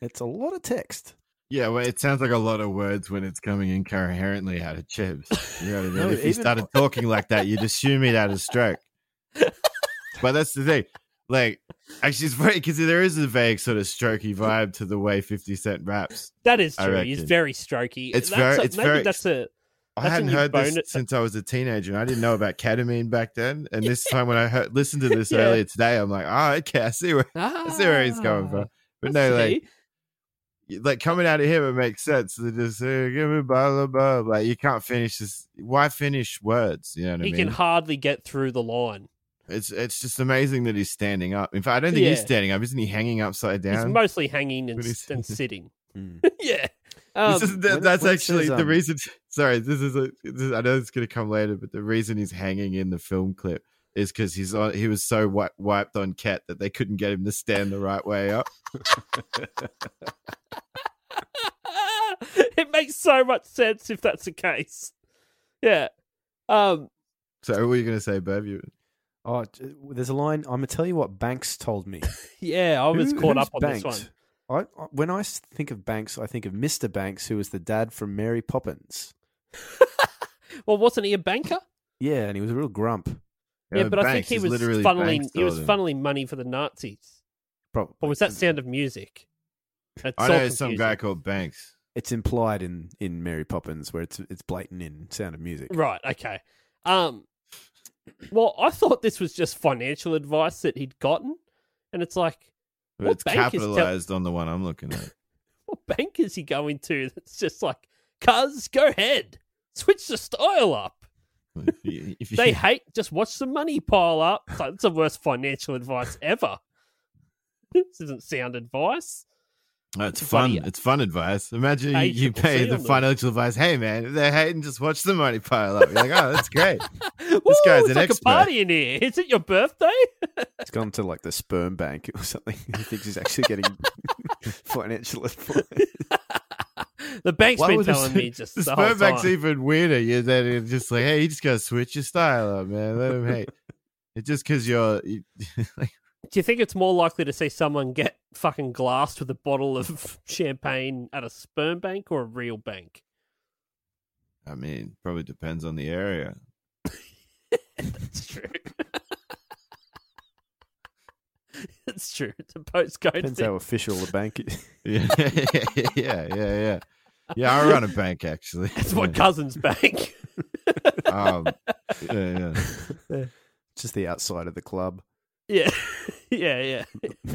Speaker 4: It's a lot of text.
Speaker 5: yeah, well, it sounds like a lot of words when it's coming incoherently out of chips.
Speaker 3: *laughs*
Speaker 5: You know what I mean?
Speaker 4: No,
Speaker 5: if you
Speaker 4: even-
Speaker 5: started talking like that, you'd assume he'd had a stroke. but that's the thing. Like, actually, it's funny because there is a vague sort of strokey vibe to the way 50 Cent raps.
Speaker 3: That is
Speaker 5: I
Speaker 3: true. He's
Speaker 5: reckon.
Speaker 3: very strokey.
Speaker 5: It's
Speaker 3: that's
Speaker 5: very-
Speaker 3: a-
Speaker 5: it's
Speaker 3: maybe
Speaker 5: very-
Speaker 3: That's a.
Speaker 5: I
Speaker 3: That's when
Speaker 5: hadn't
Speaker 3: you
Speaker 5: heard this
Speaker 3: bone it-
Speaker 5: since I was a teenager, and I didn't know about ketamine back then. And this time, when I heard,
Speaker 3: *laughs*
Speaker 5: listened to this
Speaker 3: Yeah.
Speaker 5: earlier today, I'm like, oh, okay, I see where, I see where he's going from. But no, like,
Speaker 3: Ah, See?
Speaker 5: like coming out of him, it makes sense. They just say, give me blah blah blah. Like you can't finish this. Why finish words? You know what
Speaker 3: he
Speaker 5: I
Speaker 3: can
Speaker 5: mean?
Speaker 3: hardly get through the line.
Speaker 5: it's it's just amazing that he's standing up. In fact, I don't think he's
Speaker 3: Yeah.
Speaker 5: standing up. Isn't he hanging upside
Speaker 3: He's
Speaker 5: down?
Speaker 3: mostly hanging and,
Speaker 5: But he's- *laughs*
Speaker 3: and sitting. *laughs*
Speaker 4: Mm.
Speaker 3: yeah.
Speaker 5: This
Speaker 3: Um,
Speaker 5: is, that,
Speaker 4: when-
Speaker 5: that's
Speaker 4: when it
Speaker 5: actually
Speaker 4: says,
Speaker 5: the
Speaker 4: um,
Speaker 5: reason. *laughs* Sorry, this is, a, this is. I know it's going to come later, but the reason he's hanging in the film clip is because he's on. He was so wi- wiped on cat that they couldn't get him to stand the right way up.
Speaker 3: *laughs* it makes so much sense if that's the case. yeah. Um,
Speaker 5: So what were you going to say, Bev? You,
Speaker 4: Oh, j- there's a line. I'm gonna tell you what Banks told me.
Speaker 3: yeah, *laughs* I was
Speaker 4: Who-
Speaker 3: caught
Speaker 4: who's
Speaker 3: up on this
Speaker 4: Banks?
Speaker 3: one.
Speaker 4: I, I- when I s- think of Banks, I think of Mr. Banks, who was the dad from Mary Poppins.
Speaker 3: Well, wasn't he a banker?
Speaker 4: Yeah, and he was a real grump.
Speaker 3: Yeah,
Speaker 5: Uh,
Speaker 3: but I think
Speaker 5: Banks
Speaker 3: he
Speaker 5: is
Speaker 3: was
Speaker 5: literally
Speaker 3: funneling.
Speaker 5: Banks
Speaker 3: He was
Speaker 5: told him.
Speaker 3: funneling money for the Nazis.
Speaker 4: Probably.
Speaker 3: Or was that Sound of Music? It's
Speaker 5: I
Speaker 3: all
Speaker 5: know some
Speaker 3: confusing.
Speaker 5: guy called Banks.
Speaker 4: It's implied in in Mary Poppins, where it's it's blatant in Sound of Music.
Speaker 3: Right. Okay. Um. Well, I thought this was just financial advice that he'd gotten, and it's like,
Speaker 5: But
Speaker 3: What
Speaker 5: it's
Speaker 3: bank is tell-
Speaker 5: capitalized on the one I'm looking at. *laughs*
Speaker 3: what bank is he going to? *laughs* That's just like, cuz, go ahead, switch the style up.
Speaker 5: If you-
Speaker 3: They
Speaker 5: *laughs*
Speaker 3: hate. Just watch the money pile up. It's like, that's the worst financial advice ever. this isn't sound advice.
Speaker 5: Oh, it's fun.
Speaker 3: Bloody-
Speaker 5: It's fun advice. Imagine you,
Speaker 3: Hey,
Speaker 5: you
Speaker 3: triple
Speaker 5: pay
Speaker 3: C
Speaker 5: the
Speaker 3: on them.
Speaker 5: financial advice. Hey, man, if they're hating, just watch the money pile up. You're like, oh,
Speaker 3: *laughs*
Speaker 5: that's great.
Speaker 3: This
Speaker 5: guy's
Speaker 3: it's
Speaker 5: an
Speaker 3: like
Speaker 5: expert.
Speaker 3: a party in here. Is it your birthday?
Speaker 4: It's gone to like the sperm bank or something. *laughs* He thinks he's actually getting financial advice.
Speaker 3: The bank's
Speaker 5: Why
Speaker 3: been
Speaker 5: would the
Speaker 3: telling
Speaker 5: s- *laughs*
Speaker 3: me just the,
Speaker 5: The
Speaker 3: whole
Speaker 5: sperm
Speaker 3: time.
Speaker 5: bank's even weirder. Yeah, that it's just like, hey, you just gotta switch your style up, man. Let them hate. It's just because you're you, *laughs* like,
Speaker 3: Do you think it's more likely to see someone get fucking glassed with a bottle of *laughs* champagne at a sperm bank or a real bank?
Speaker 5: I mean, probably depends on the area. *laughs*
Speaker 3: That's true. *laughs* That's true. It's a postcode
Speaker 4: Depends
Speaker 3: thing.
Speaker 4: how official the bank is. *laughs*
Speaker 5: Yeah, yeah, yeah, yeah. Yeah, I run a bank
Speaker 3: *laughs*
Speaker 5: actually.
Speaker 3: It's my cousin's bank. *laughs*
Speaker 5: Um, yeah, yeah.
Speaker 4: Just the outside of the club.
Speaker 3: yeah. *laughs* Yeah, yeah.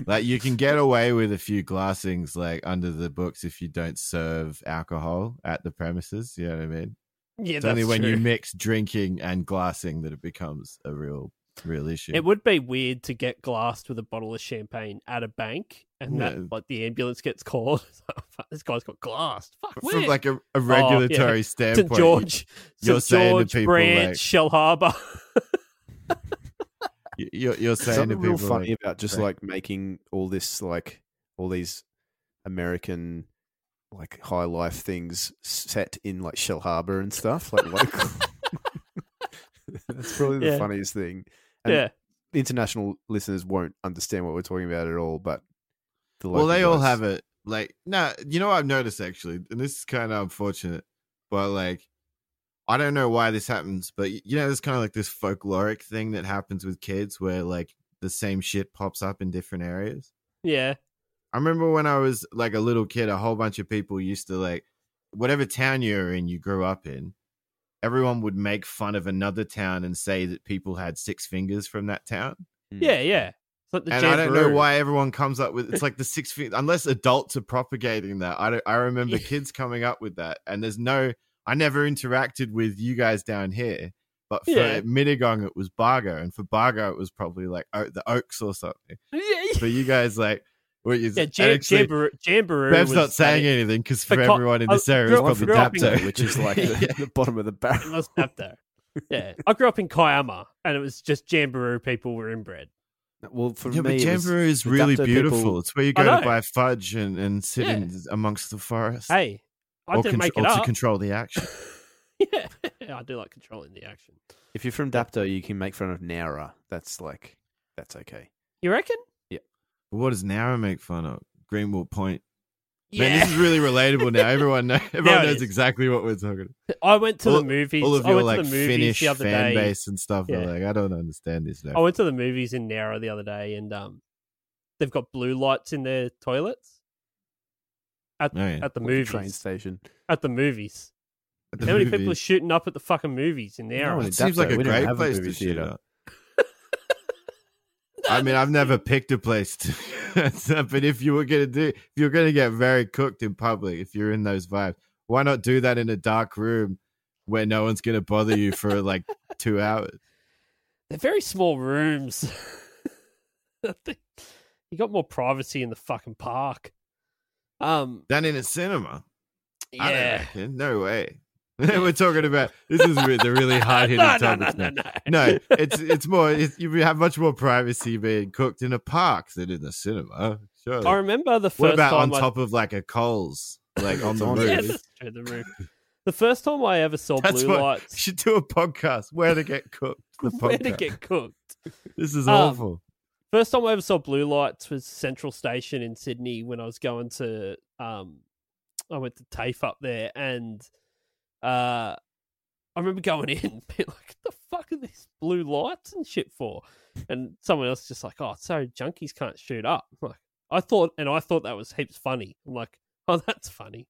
Speaker 5: Like you can get away with a few glassings like under the books if you don't serve alcohol at the premises. You know what I mean?
Speaker 3: Yeah,
Speaker 5: It's
Speaker 3: that's
Speaker 5: only when
Speaker 3: true.
Speaker 5: you mix drinking and glassing that it becomes a real real issue.
Speaker 3: It would be weird to get glassed with a bottle of champagne at a bank and that
Speaker 5: Yeah.
Speaker 3: like the ambulance gets called. *laughs* Oh, Fuck, this guy's got glassed. Fuck,
Speaker 5: From
Speaker 3: where?
Speaker 5: like a, a
Speaker 3: *laughs*
Speaker 5: regulatory
Speaker 3: St.
Speaker 5: standpoint.
Speaker 3: Oh, George,
Speaker 5: you're
Speaker 3: St.
Speaker 5: saying to
Speaker 3: George
Speaker 5: people,
Speaker 3: Branch,
Speaker 5: like-
Speaker 3: Shell Harbour. *laughs*
Speaker 5: you- You're, you're saying to
Speaker 4: Something real
Speaker 5: people
Speaker 4: funny
Speaker 5: like,
Speaker 4: about just like making all this like all these American like high life things set in like Shell Harbour and stuff like local. *laughs* That's probably the
Speaker 3: Yeah.
Speaker 4: funniest thing. And
Speaker 3: yeah,
Speaker 4: international listeners won't understand what we're talking about at all, but the
Speaker 5: well,
Speaker 4: local
Speaker 5: they all
Speaker 4: guys-
Speaker 5: have it. Like, nah, you know what I've noticed actually, and this is kind of unfortunate, but like, I don't know why this happens, but y- you know, there's kind of like this folkloric thing that happens with kids where like the same shit pops up in different areas.
Speaker 3: yeah,
Speaker 5: I remember when I was like a little kid, a whole bunch of people used to like whatever town you were in, you grew up in. Everyone would make fun of another town and say that people had six fingers from that town.
Speaker 3: yeah, yeah. It's like the
Speaker 5: and I don't know
Speaker 3: Jamboree.
Speaker 5: why everyone comes up with it's like the six feet unless adults are propagating that. I don't, I remember
Speaker 3: Yeah.
Speaker 5: kids coming up with that, and there's no I never interacted with you guys down here, but for
Speaker 3: Yeah.
Speaker 5: Mittagong it was Bargo, and for Bargo it was probably like o- the Oaks or something.
Speaker 3: *laughs* Yeah,
Speaker 5: For you guys, like what you
Speaker 3: yeah.
Speaker 5: and
Speaker 3: Jam-
Speaker 5: actually,
Speaker 3: Jamboree, Jamboree.
Speaker 5: Bev's
Speaker 3: was
Speaker 5: not saying
Speaker 3: funny.
Speaker 5: anything because
Speaker 3: For
Speaker 5: for,
Speaker 3: co-
Speaker 5: everyone in
Speaker 3: I
Speaker 5: this area,
Speaker 3: grew
Speaker 5: it's
Speaker 3: up-
Speaker 5: probably
Speaker 3: grew up in-
Speaker 5: Dapto,
Speaker 4: which is *laughs*
Speaker 5: *laughs*
Speaker 4: like the, the bottom of
Speaker 3: *laughs*
Speaker 4: the
Speaker 3: It
Speaker 4: barrel.
Speaker 3: was up there. Yeah, I grew up in Kiama, and it was just Jamboree people were inbred.
Speaker 4: Well, for
Speaker 5: yeah,
Speaker 4: me,
Speaker 5: but
Speaker 4: it was-
Speaker 5: Jamboree is
Speaker 4: the
Speaker 5: really
Speaker 4: Dapto
Speaker 5: beautiful.
Speaker 4: people-
Speaker 5: It's where you
Speaker 3: I
Speaker 5: go
Speaker 3: know.
Speaker 5: to buy fudge and, and sit
Speaker 3: Yeah.
Speaker 5: in amongst the forest.
Speaker 3: Hey, I
Speaker 5: or
Speaker 3: didn't
Speaker 5: contr-
Speaker 3: make
Speaker 5: or
Speaker 3: it
Speaker 5: to
Speaker 3: up.
Speaker 5: control the action.
Speaker 3: *laughs* yeah, I do like controlling the action.
Speaker 4: If you're from Dapto, you can make fun of Nara. That's like that's okay.
Speaker 3: You reckon?
Speaker 5: But what does Nara make fun of? Greenwall Point.
Speaker 3: Yeah,
Speaker 5: Man, this
Speaker 3: *laughs*
Speaker 5: is really relatable now. Everyone, know,
Speaker 3: Now
Speaker 5: everyone
Speaker 3: it
Speaker 5: knows
Speaker 3: is.
Speaker 5: exactly what we're talking
Speaker 3: I went to
Speaker 5: All-
Speaker 3: the movies.
Speaker 5: about. All of
Speaker 3: I
Speaker 5: your
Speaker 3: went to
Speaker 5: like
Speaker 3: the movies
Speaker 5: Finnish
Speaker 3: the other
Speaker 5: fan
Speaker 3: day.
Speaker 5: base and stuff
Speaker 3: Yeah. Oh,
Speaker 5: are like, I don't understand this. Now.
Speaker 3: I went to the movies in Nara the other day, and um, they've got blue lights in their toilets at
Speaker 5: Oh, yeah.
Speaker 3: at the
Speaker 4: Like a Train
Speaker 3: movies.
Speaker 4: station.
Speaker 3: at the
Speaker 5: *laughs*
Speaker 3: movies. How many people are shooting up at the fucking movies in Nara?
Speaker 4: No,
Speaker 5: Oh, it
Speaker 4: in
Speaker 5: seems
Speaker 4: Dapto,
Speaker 5: like
Speaker 4: we
Speaker 5: a
Speaker 4: don't
Speaker 5: great
Speaker 4: have a
Speaker 5: place to
Speaker 4: movie
Speaker 5: shoot
Speaker 4: theater.
Speaker 3: *laughs*
Speaker 5: up. I mean, I've never picked a place to, *laughs* but if you were gonna do, if you're gonna get very cooked in public, if you're in those vibes, why not do that in a dark room where no one's gonna bother you for like two hours?
Speaker 3: They're very small rooms. *laughs* I think you got more privacy in the fucking park. Um,
Speaker 5: Than in a cinema. I don't *laughs*
Speaker 3: yeah.
Speaker 5: reckon. No way. We're talking about this is re- the really hard hitting
Speaker 3: *laughs* No, no, no,
Speaker 5: topics.
Speaker 3: no,
Speaker 5: now.
Speaker 3: no.
Speaker 5: No,
Speaker 3: *laughs*
Speaker 5: it's it's more it's, you have much more privacy being cooked in a park than in the cinema. Surely.
Speaker 3: I remember the first
Speaker 5: what about
Speaker 3: time
Speaker 5: on
Speaker 3: I-
Speaker 5: top of like a Coles, like on the
Speaker 4: on
Speaker 5: roof?
Speaker 4: it.
Speaker 3: *laughs* Yeah, that's true,
Speaker 4: Really?
Speaker 3: the roof. The first time I ever saw
Speaker 5: That's
Speaker 3: blue
Speaker 5: what
Speaker 3: lights,
Speaker 5: you should do a podcast. Where to get cooked? The
Speaker 3: *laughs* where to
Speaker 5: podcast.
Speaker 3: get cooked.
Speaker 5: this is
Speaker 3: Um,
Speaker 5: awful.
Speaker 3: First time I ever saw blue lights was Central Station in Sydney when I was going to um I went to TAFE up there and uh I remember going in *laughs* and being like, what the fuck are these blue lights and shit for? And someone else just like, Oh, so junkies can't shoot up. I'm Like I thought and I thought that was heaps funny. I'm like, Oh, that's funny.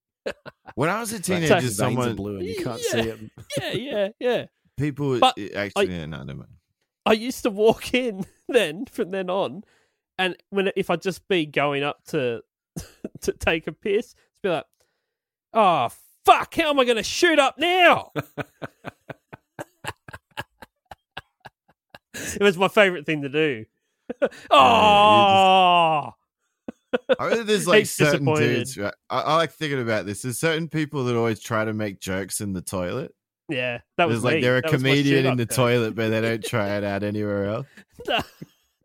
Speaker 5: When I was a
Speaker 4: Like,
Speaker 5: teenager,
Speaker 3: so-
Speaker 4: his veins are
Speaker 5: someone
Speaker 4: blue and you can't
Speaker 3: Yeah.
Speaker 4: see it.
Speaker 3: Yeah, *laughs* yeah, yeah.
Speaker 5: people
Speaker 3: But
Speaker 5: actually yeah,
Speaker 3: *laughs*
Speaker 5: no, never mind.
Speaker 3: I used to walk *laughs* in then from then on, and when if I'd just be going up to *laughs* to take a piss, it's be like, oh fuck, how am I going to shoot up
Speaker 5: *laughs*
Speaker 3: now? it was my favorite thing to
Speaker 5: *laughs*
Speaker 3: do. *laughs* oh,
Speaker 5: I remember there's like
Speaker 3: He's
Speaker 5: certain
Speaker 3: disappointed.
Speaker 5: dudes. Right? I, I like thinking about this. There's certain people that always try to make jokes in the toilet.
Speaker 3: yeah, that was
Speaker 5: There's like
Speaker 3: me.
Speaker 5: they're a
Speaker 3: That was my
Speaker 5: comedian
Speaker 3: shoot
Speaker 5: in
Speaker 3: up
Speaker 5: the
Speaker 3: joke.
Speaker 5: toilet, but they don't try it out
Speaker 3: *laughs*
Speaker 5: anywhere else.
Speaker 3: No,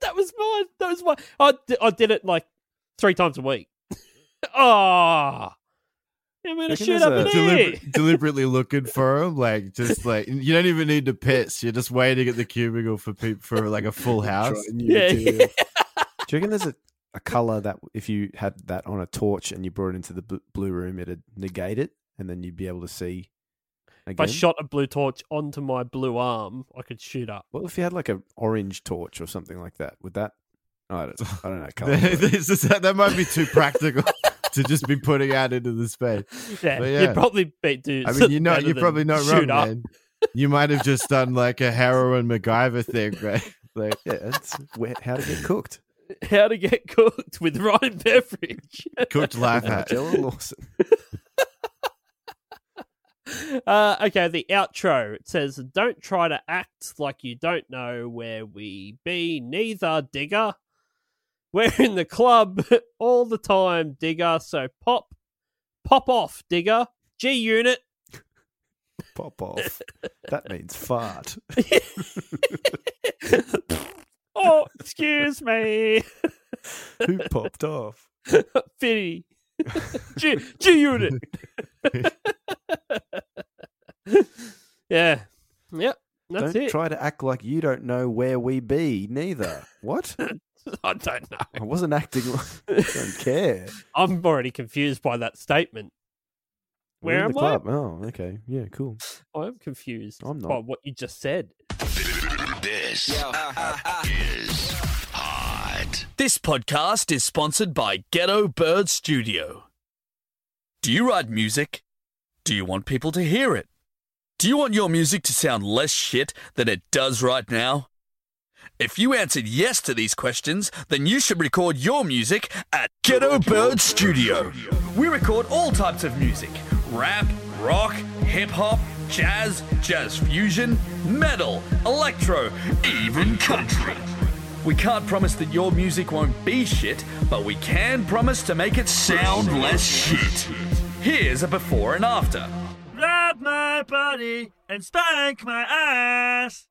Speaker 3: that was mine. That was my. I di- I did it like three times a week. *laughs* Ah, I'm gonna
Speaker 4: Reckon
Speaker 3: shoot
Speaker 4: there's
Speaker 3: up
Speaker 4: a
Speaker 3: an
Speaker 5: Deliber-
Speaker 3: ear. *laughs*
Speaker 5: deliberately looking for them, like just like you don't even need to piss. You're just waiting at the cubicle for people for like a full house. *laughs*
Speaker 4: Try new
Speaker 3: Yeah,
Speaker 4: material. *laughs* Do you reckon there's a, a color that if you had that on a torch and you brought it into the bl- blue room, it'd negate it, and then you'd be able to see
Speaker 3: If I
Speaker 4: again?
Speaker 3: shot a blue torch onto my blue arm, I could shoot up.
Speaker 4: what if you had like an orange torch or something like that? Would that? I
Speaker 5: *laughs*
Speaker 4: don't. I don't know. Color.
Speaker 5: This is- that might be too practical *laughs* to just be putting out into the space.
Speaker 3: Yeah,
Speaker 5: But
Speaker 3: you'd probably be do. *laughs*
Speaker 5: I mean, you're not.
Speaker 3: better
Speaker 5: You're
Speaker 3: than
Speaker 5: probably not
Speaker 3: shoot
Speaker 5: wrong,
Speaker 3: up.
Speaker 5: man. You might have just done like a heroin MacGyver thing, right? *laughs* Like,
Speaker 4: yeah, that's where, how to get
Speaker 5: *laughs*
Speaker 4: cooked.
Speaker 3: How to get *laughs* cooked with Ryan Beveridge.
Speaker 4: *laughs*
Speaker 5: cooked life
Speaker 4: Uh,
Speaker 5: hack.
Speaker 4: Jella Lawson.
Speaker 3: *laughs* uh, okay, the outro. It says, "Don't try to act like you don't know where we be, neither, digger. We're in the club *laughs* all the time, digger. So pop, pop off, digger. G unit.
Speaker 4: Pop
Speaker 5: *laughs*
Speaker 4: off. That means fart.
Speaker 3: *laughs* oh, excuse me, *laughs*
Speaker 4: Who popped off?
Speaker 3: Fitty. *laughs* G G unit. *laughs* yeah, yep. *laughs* That's
Speaker 4: don't
Speaker 3: it.
Speaker 4: try to act like you don't know where we be. Neither. What?
Speaker 3: *laughs* I don't know.
Speaker 4: I wasn't acting. like... I don't care.
Speaker 3: I'm already confused by that statement. *laughs*
Speaker 4: We're
Speaker 3: Where
Speaker 4: in
Speaker 3: am
Speaker 4: the club. Oh, okay. Yeah, cool.
Speaker 3: I? I'm confused
Speaker 4: I'm not.
Speaker 3: by what you just said.
Speaker 2: This podcast is sponsored by Ghetto Bird Studio. Do you write music? Do you want people to hear it? Do you want your music to sound less shit than it does right now? If you answered yes to these questions, then you should record your music at Ghetto Bird Studio. We record all types of music rap, rock, hip hop, jazz, jazz fusion, metal, electro, even country. We can't promise that your music won't be shit, but we can promise to make it sound less shit. Here's a before and after. Rub my body and spank my ass.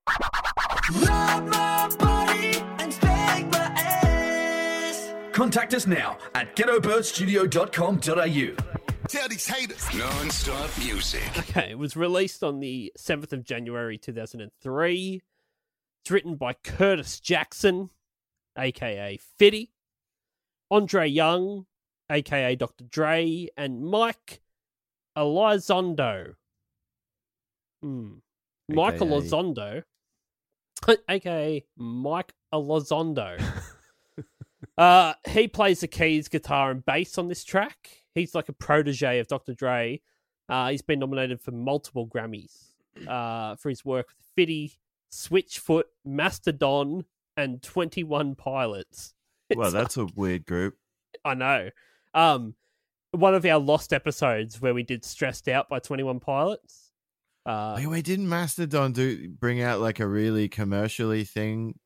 Speaker 2: Contact us now at ghettobirdstudio.com.au.
Speaker 3: Okay, it was released on the 7th of January 2003. It's written by Curtis Jackson, aka Fiddy, Andre Young, aka Dr. Dre, and Mike Elizondo. Hmm. Mike
Speaker 4: AKA.
Speaker 3: Elizondo, *laughs* aka Mike Elizondo. uh, he plays the keys, guitar, and bass on this track. He's like a protege of Dr. Dre. Uh, he's been nominated for multiple Grammys uh, for his work with Fiddy, Switchfoot, Mastodon, and 21 Pilots.
Speaker 5: Well, that's a weird group.
Speaker 3: I know. Um, one of our lost episodes where we did Stressed Out by 21 Pilots. Uh,
Speaker 5: Wait, wait, didn't Mastodon do bring out like a really commercially thing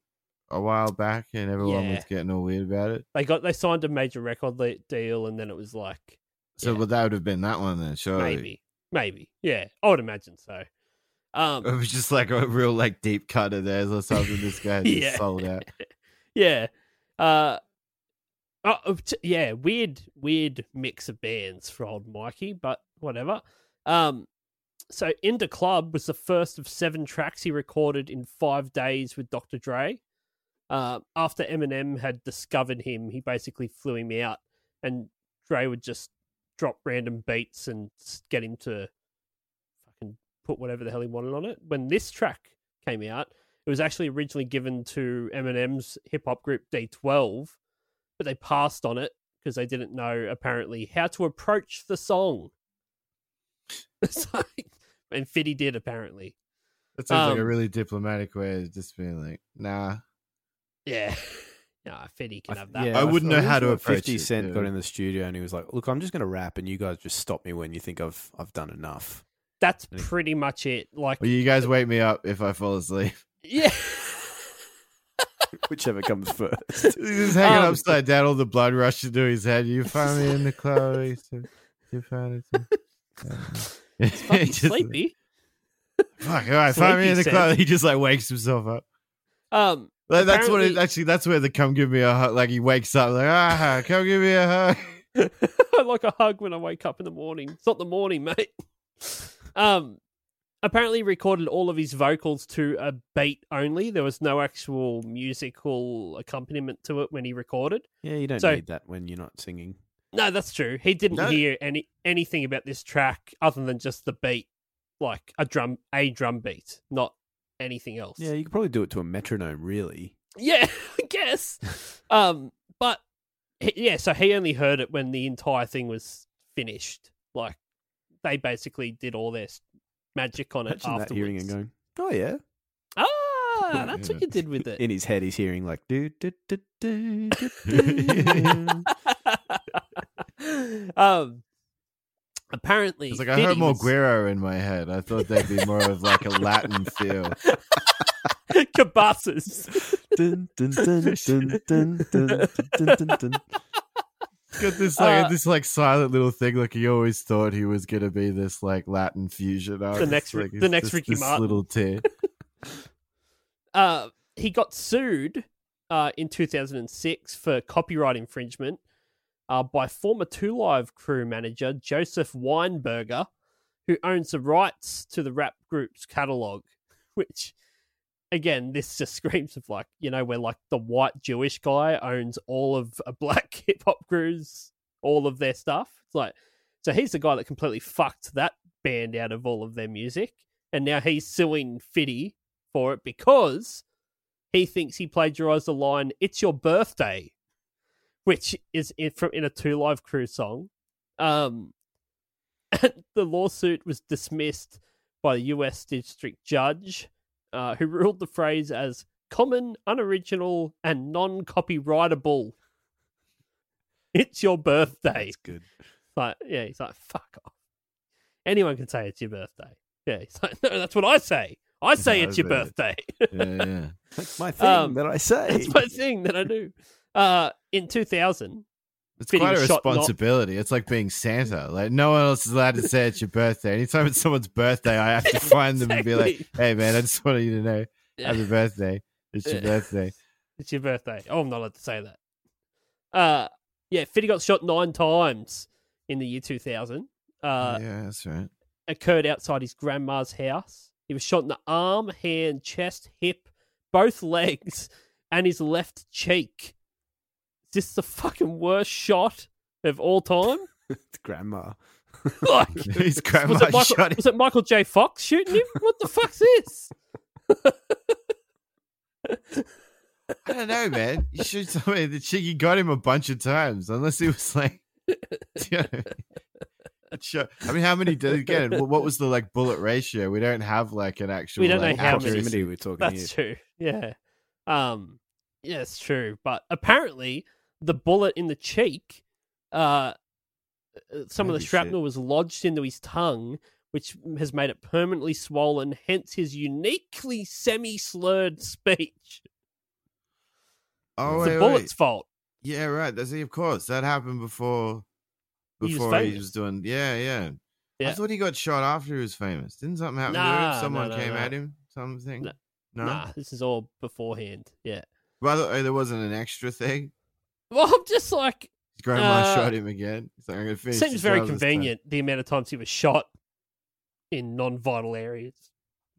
Speaker 5: a while back, and everyone
Speaker 3: Yeah.
Speaker 5: was getting all weird about it?
Speaker 3: they got they signed a major record le- deal, and then it was like
Speaker 5: So,
Speaker 3: Yeah.
Speaker 5: well, that would have been that one then, surely.
Speaker 3: maybe, maybe, yeah. I would imagine so. Um,
Speaker 5: *laughs* It was just like a real like deep cut of theirs or something. This
Speaker 3: *laughs*
Speaker 5: guy just
Speaker 3: Yeah.
Speaker 5: sold out.
Speaker 3: yeah. Uh, oh, oh, t- yeah, weird, weird mix of bands for old Mikey, but whatever. Um, so Into Club was the first of seven tracks he recorded in five days with Dr. Dre. Uh, after Eminem had discovered him, he basically flew him out, and Dre would just drop random beats and s- get him to fucking put whatever the hell he wanted on it. When this track came out, it was actually originally given to Eminem's hip hop group D12, but they passed on it because they didn't know apparently how to approach the song. *laughs* It's like- and Fiddy did apparently.
Speaker 5: That sounds like a
Speaker 3: Um,
Speaker 5: really diplomatic way of just being like, nah.
Speaker 3: Yeah. *laughs* No, Fiddy can
Speaker 4: I-
Speaker 3: have that.
Speaker 4: yeah,
Speaker 5: I wouldn't know
Speaker 4: feel-
Speaker 5: how to
Speaker 4: what
Speaker 5: approach
Speaker 4: Fifty
Speaker 5: it,
Speaker 4: Cent got
Speaker 5: yeah.
Speaker 4: in the studio and he was like, "Look, I'm just going to rap, and you guys just stop me when you think I've I've
Speaker 3: *laughs*
Speaker 4: done enough."
Speaker 3: That's pretty much it.
Speaker 5: *laughs*
Speaker 3: Like,
Speaker 5: Will you guys wake me up if I fall asleep? *laughs*
Speaker 3: yeah. *laughs*
Speaker 4: Whichever comes first.
Speaker 5: He's just hanging
Speaker 3: Um,
Speaker 5: upside down, all the blood rushing to his head. You found me
Speaker 3: *laughs*
Speaker 5: in the clouds. You- You found it. too."
Speaker 3: It's
Speaker 5: *laughs*
Speaker 3: fucking
Speaker 5: Just-
Speaker 3: sleepy.
Speaker 5: Fuck, all right, find me in the
Speaker 3: Sleepy
Speaker 5: clouds. He just like wakes himself up.
Speaker 3: Um,
Speaker 5: Like, that's what it,
Speaker 3: Apparently-
Speaker 5: actually, that's where the come give me a hug. Like he wakes up, like, ah, come give me a
Speaker 3: *laughs*
Speaker 5: hug.
Speaker 3: I like a hug when I wake up in the morning. It's not the morning, mate. Um, apparently he recorded all of his vocals to a beat only. There was no actual musical accompaniment to it when he recorded.
Speaker 4: yeah, you don't
Speaker 3: So-
Speaker 4: need that when you're not singing.
Speaker 3: No, that's true. He didn't
Speaker 5: No.
Speaker 3: hear any anything about this track other than just the beat, like a drum, a drum beat, not anything else.
Speaker 4: Yeah, you could probably do it to a metronome, really.
Speaker 3: Yeah, *laughs* I guess. Um, but he- yeah, so he only heard it when the entire thing was finished. Like they basically did all their s- magic on it
Speaker 4: Imagine
Speaker 3: afterwards.
Speaker 4: that hearing and going, "Oh yeah."
Speaker 3: ah, that's what you did with it. *laughs*
Speaker 4: *laughs* In his head, he's hearing like, "Do do do do do." do."
Speaker 3: um, apparently,
Speaker 5: It's like I
Speaker 3: Fiddy
Speaker 5: heard more
Speaker 3: was-
Speaker 5: Guerrero in my head. I thought that'd be more of like a Latin feel.
Speaker 3: *laughs* Cabasses.
Speaker 4: Dun, dun, *laughs* dun, dun, dun, dun, dun, dun, dun.
Speaker 5: It's got this like
Speaker 3: Uh,
Speaker 5: this like silent little thing. Like he always thought he was gonna be this like Latin fusion. artist,
Speaker 3: next Ri-
Speaker 5: like,
Speaker 3: the
Speaker 5: it's
Speaker 3: next
Speaker 5: just
Speaker 3: Ricky
Speaker 5: this
Speaker 3: Martin.
Speaker 5: little tear.
Speaker 3: uh, he got sued uh, in 2006 for copyright infringement uh, by former Two Live crew manager Joseph Weinberger, who owns the rights to the rap group's catalog. *laughs* Which, again, this just *laughs* screams of like you know where like the white Jewish guy owns all of a *laughs* black hip hop crew's all of their stuff. It's like so he's the guy that completely fucked that band out of all of their music, and now he's suing Fiddy for it because he thinks he plagiarized the line "It's your birthday," which is in, from in a Two Live Crew song. Um, *coughs* the lawsuit was dismissed by the U.S. District Judge, uh, who ruled the phrase as common, unoriginal, and non-copyrightable. *laughs* It's your birthday.
Speaker 4: That's good.
Speaker 3: Like, yeah, he's like, fuck off. Anyone can say it's your birthday. Yeah, he's like, no, that's what I say. I say
Speaker 5: Yeah,
Speaker 3: it's your
Speaker 5: isn't it?
Speaker 3: birthday. *laughs*
Speaker 5: Yeah, yeah.
Speaker 4: That's my thing
Speaker 3: Um,
Speaker 4: that I say.
Speaker 3: that's my thing that I do. Uh, in 2000,
Speaker 5: It's
Speaker 3: Fitting
Speaker 5: quite a
Speaker 3: was shot not-
Speaker 5: responsibility. It's like being Santa. Like no one else is allowed to say it's your birthday. Anytime it's someone's birthday, I
Speaker 3: *laughs*
Speaker 5: have to find them and be like, "Hey, man, I just wanted you to know, happy birthday. It's your
Speaker 3: Yeah.
Speaker 5: birthday."
Speaker 3: it's your birthday. Oh, I'm not allowed to say that. Uh, yeah, Fitty got shot nine times in the year 2000. Uh,
Speaker 5: yeah, that's
Speaker 3: *laughs*
Speaker 5: right. *laughs*
Speaker 3: occurred outside his grandma's house. He was shot in the arm, hand, chest, hip, both *laughs* legs, and his left cheek. Is this the fucking worst shot of all time?
Speaker 4: Grandma.
Speaker 3: like,
Speaker 5: *laughs* His grandma
Speaker 3: was, it Michael,
Speaker 5: shot him.
Speaker 3: was it Michael J. Fox shooting him? What the fuck's this?
Speaker 5: *laughs* I don't know, man. You shoot somebody in the cheek. You got him a bunch of times, unless he was like, *laughs* Yeah.
Speaker 3: *laughs*
Speaker 5: Sure. I mean, how many did again? wh- What was the like bullet ratio? We don't have like an actual.
Speaker 3: We don't
Speaker 5: like,
Speaker 3: know how many.
Speaker 5: accuracy.
Speaker 4: proximity we're talking
Speaker 3: That's
Speaker 4: here.
Speaker 3: true. Yeah. Um yeah, it's true. But apparently the bullet in the cheek, uh uh, some of
Speaker 5: Holy
Speaker 3: the
Speaker 5: shit.
Speaker 3: shrapnel was lodged into his tongue, which has made it permanently swollen, hence his uniquely semi slurred speech.
Speaker 5: Oh,
Speaker 3: it's
Speaker 5: wait,
Speaker 3: the
Speaker 5: wait.
Speaker 3: bullet's fault.
Speaker 5: Yeah, right. That's of course that happened before.
Speaker 3: He was
Speaker 5: Before he was,
Speaker 3: famous.
Speaker 5: doing, yeah, yeah, I
Speaker 3: Yeah.
Speaker 5: thought he got shot after he was famous. Didn't something happen to
Speaker 3: Nah,
Speaker 5: him? Someone
Speaker 3: no, no,
Speaker 5: came
Speaker 3: no.
Speaker 5: at him. Something.
Speaker 3: No.
Speaker 5: No.
Speaker 3: Nah, this is all beforehand. Yeah.
Speaker 5: By the way, there wasn't an extra thing.
Speaker 3: Well, I'm just like
Speaker 5: His grandma
Speaker 3: Uh,
Speaker 5: shot him again. So I'm gonna finish.
Speaker 3: seems
Speaker 5: the
Speaker 3: very
Speaker 5: job this time.
Speaker 3: convenient the amount of times he was shot in non-vital areas.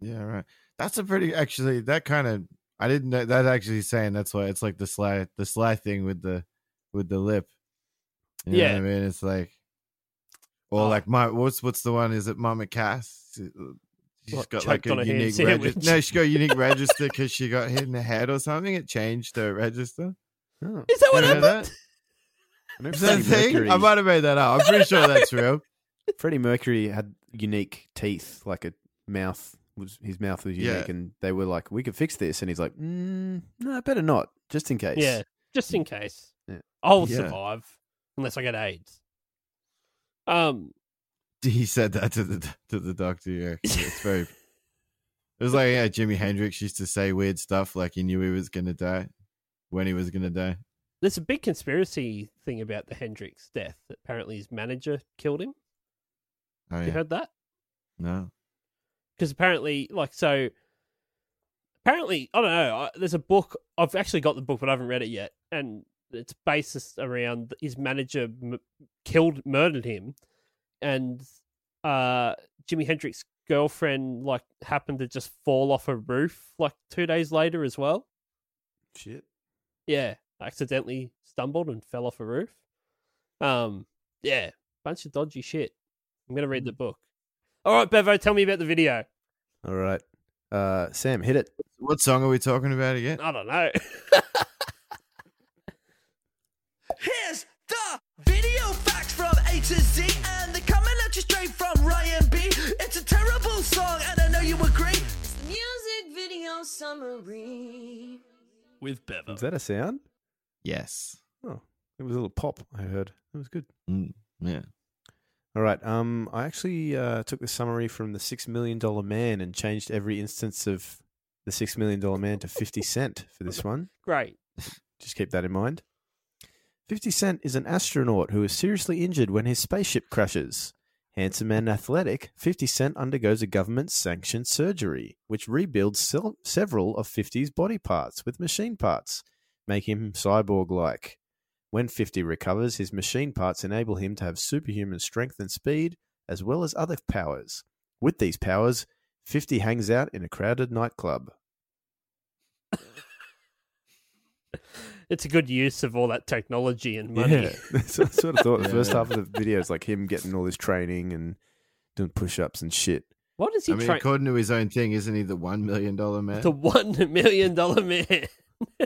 Speaker 5: Yeah, right. That's a pretty actually that kind of I didn't know that actually saying that's why it's like the sly the sly thing with the with the lip. You know
Speaker 3: Yeah.
Speaker 5: what I mean? It's like or
Speaker 3: Oh.
Speaker 5: like my what's what's the one? Is it Mama Cass? She's
Speaker 3: What,
Speaker 5: got like
Speaker 3: choked on
Speaker 5: a
Speaker 3: a ham
Speaker 5: unique
Speaker 3: sandwich?
Speaker 5: register. No, she got a
Speaker 3: *laughs*
Speaker 5: unique register because she got hit in the head or something. It changed her register.
Speaker 4: Oh,
Speaker 3: Is that what
Speaker 5: You know
Speaker 3: happened?
Speaker 5: that?
Speaker 4: I know
Speaker 5: Is that
Speaker 4: Freddie
Speaker 5: a thing?
Speaker 4: Mercury,
Speaker 5: I might have made that up. I'm pretty sure that's real.
Speaker 4: Freddie Mercury had unique teeth, like a mouth was his mouth was unique,
Speaker 5: Yeah.
Speaker 4: and they were like, "We could fix this," and he's like, mm, "No, better not, just in case."
Speaker 3: Yeah, just in case.
Speaker 4: Yeah.
Speaker 3: I'll
Speaker 5: Yeah.
Speaker 3: survive unless I get AIDS. Um,
Speaker 5: he said that to the to the doctor. Yeah, actually. it's
Speaker 3: *laughs*
Speaker 5: very. It was like yeah, Jimi Hendrix used to say weird stuff, like he knew he was gonna die, when he was gonna die.
Speaker 3: there's a big conspiracy thing about the Hendrix death. Apparently, his manager killed him.
Speaker 5: Oh
Speaker 3: You
Speaker 5: yeah,
Speaker 3: heard that?
Speaker 5: no,
Speaker 3: because apparently, like, so apparently, I don't know. I, there's a book. I've actually got the book, but I haven't read it yet, and it's basis around his manager m- killed, murdered him, and uh, Jimi Hendrix's girlfriend like happened to just fall off a roof like two days later as well.
Speaker 4: shit.
Speaker 3: Yeah, accidentally stumbled and fell off a roof. Um, yeah, bunch of dodgy shit. I'm gonna read the book. All right, Bevo, tell me about the video.
Speaker 4: All right, uh, Sam, hit it.
Speaker 5: what song are we talking about again?
Speaker 3: I don't know. *laughs*
Speaker 1: Here's the video facts from A to Z, and they're coming at you straight from Ryan B. It's a terrible song, and I know you agree.
Speaker 9: Music video summary.
Speaker 2: with Bevo.
Speaker 4: Is that a sound?
Speaker 5: Yes.
Speaker 4: It was a little pop. I heard it was good.
Speaker 5: Mm, yeah.
Speaker 4: All right. Um, I actually uh, took the summary from the Six Million Dollar Man and changed every instance of the Six Million Dollar Man to fifty cent for this one.
Speaker 3: Great.
Speaker 4: Just keep that in mind. 50 Cent is an astronaut who is seriously injured when his spaceship crashes. Handsome and athletic, 50 Cent undergoes a government sanctioned surgery, which rebuilds sel- several of 50's body parts with machine parts, making him cyborg like. When 50 recovers, his machine parts enable him to have superhuman strength and speed, as well as other powers. With these powers, 50 hangs out in a crowded nightclub.
Speaker 3: It's a good use of all that technology and money.
Speaker 4: Yeah, *laughs* that's what I sort of thought. The first
Speaker 5: Yeah.
Speaker 4: half of the video is like him getting all this training and doing push-ups and shit.
Speaker 3: What is he
Speaker 5: I mean,
Speaker 3: trying
Speaker 5: according to his own thing, isn't he the one million dollar man?
Speaker 3: to one *laughs* million dollar man? *laughs*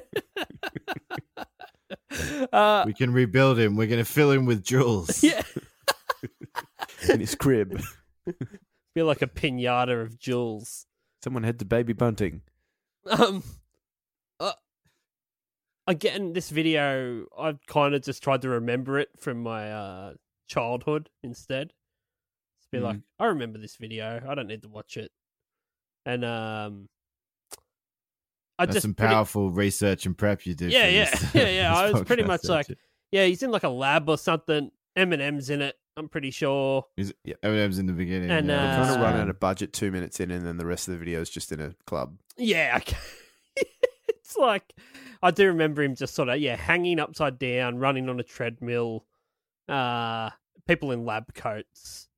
Speaker 3: uh,
Speaker 5: we can rebuild him. We're gonna fill him with
Speaker 3: *laughs*
Speaker 5: jewels.
Speaker 3: yeah,
Speaker 4: In his
Speaker 3: *laughs*
Speaker 4: crib,
Speaker 3: feel like a pinata of jewels.
Speaker 4: someone had to baby bunting.
Speaker 3: Um, uh, again, this video I kind of just tried to remember it from my uh, childhood instead. Just
Speaker 5: Hmm.
Speaker 3: be like, I remember this video. I don't need to watch it. And um, I
Speaker 5: That's
Speaker 3: just
Speaker 5: some
Speaker 3: pretty-
Speaker 5: powerful research and prep you did.
Speaker 3: Yeah,
Speaker 5: for
Speaker 3: yeah, *laughs*
Speaker 5: this-
Speaker 3: yeah, yeah.
Speaker 5: *laughs*
Speaker 3: I
Speaker 5: this
Speaker 3: was pretty
Speaker 5: podcast,
Speaker 3: much
Speaker 5: don't
Speaker 3: like-
Speaker 5: you?
Speaker 3: Yeah, he's in like a lab or something. Eminem's in it. I'm pretty sure.
Speaker 5: Eminem's in the beginning.
Speaker 3: And,
Speaker 4: They're
Speaker 5: yeah.
Speaker 4: trying to run
Speaker 3: Uh,
Speaker 4: out of budget two minutes in, and then the rest of the video is just in a club.
Speaker 3: Yeah, okay. *laughs* it's like I do remember him just sort of yeah, hanging upside down, running on a treadmill. Uh, people in lab coats.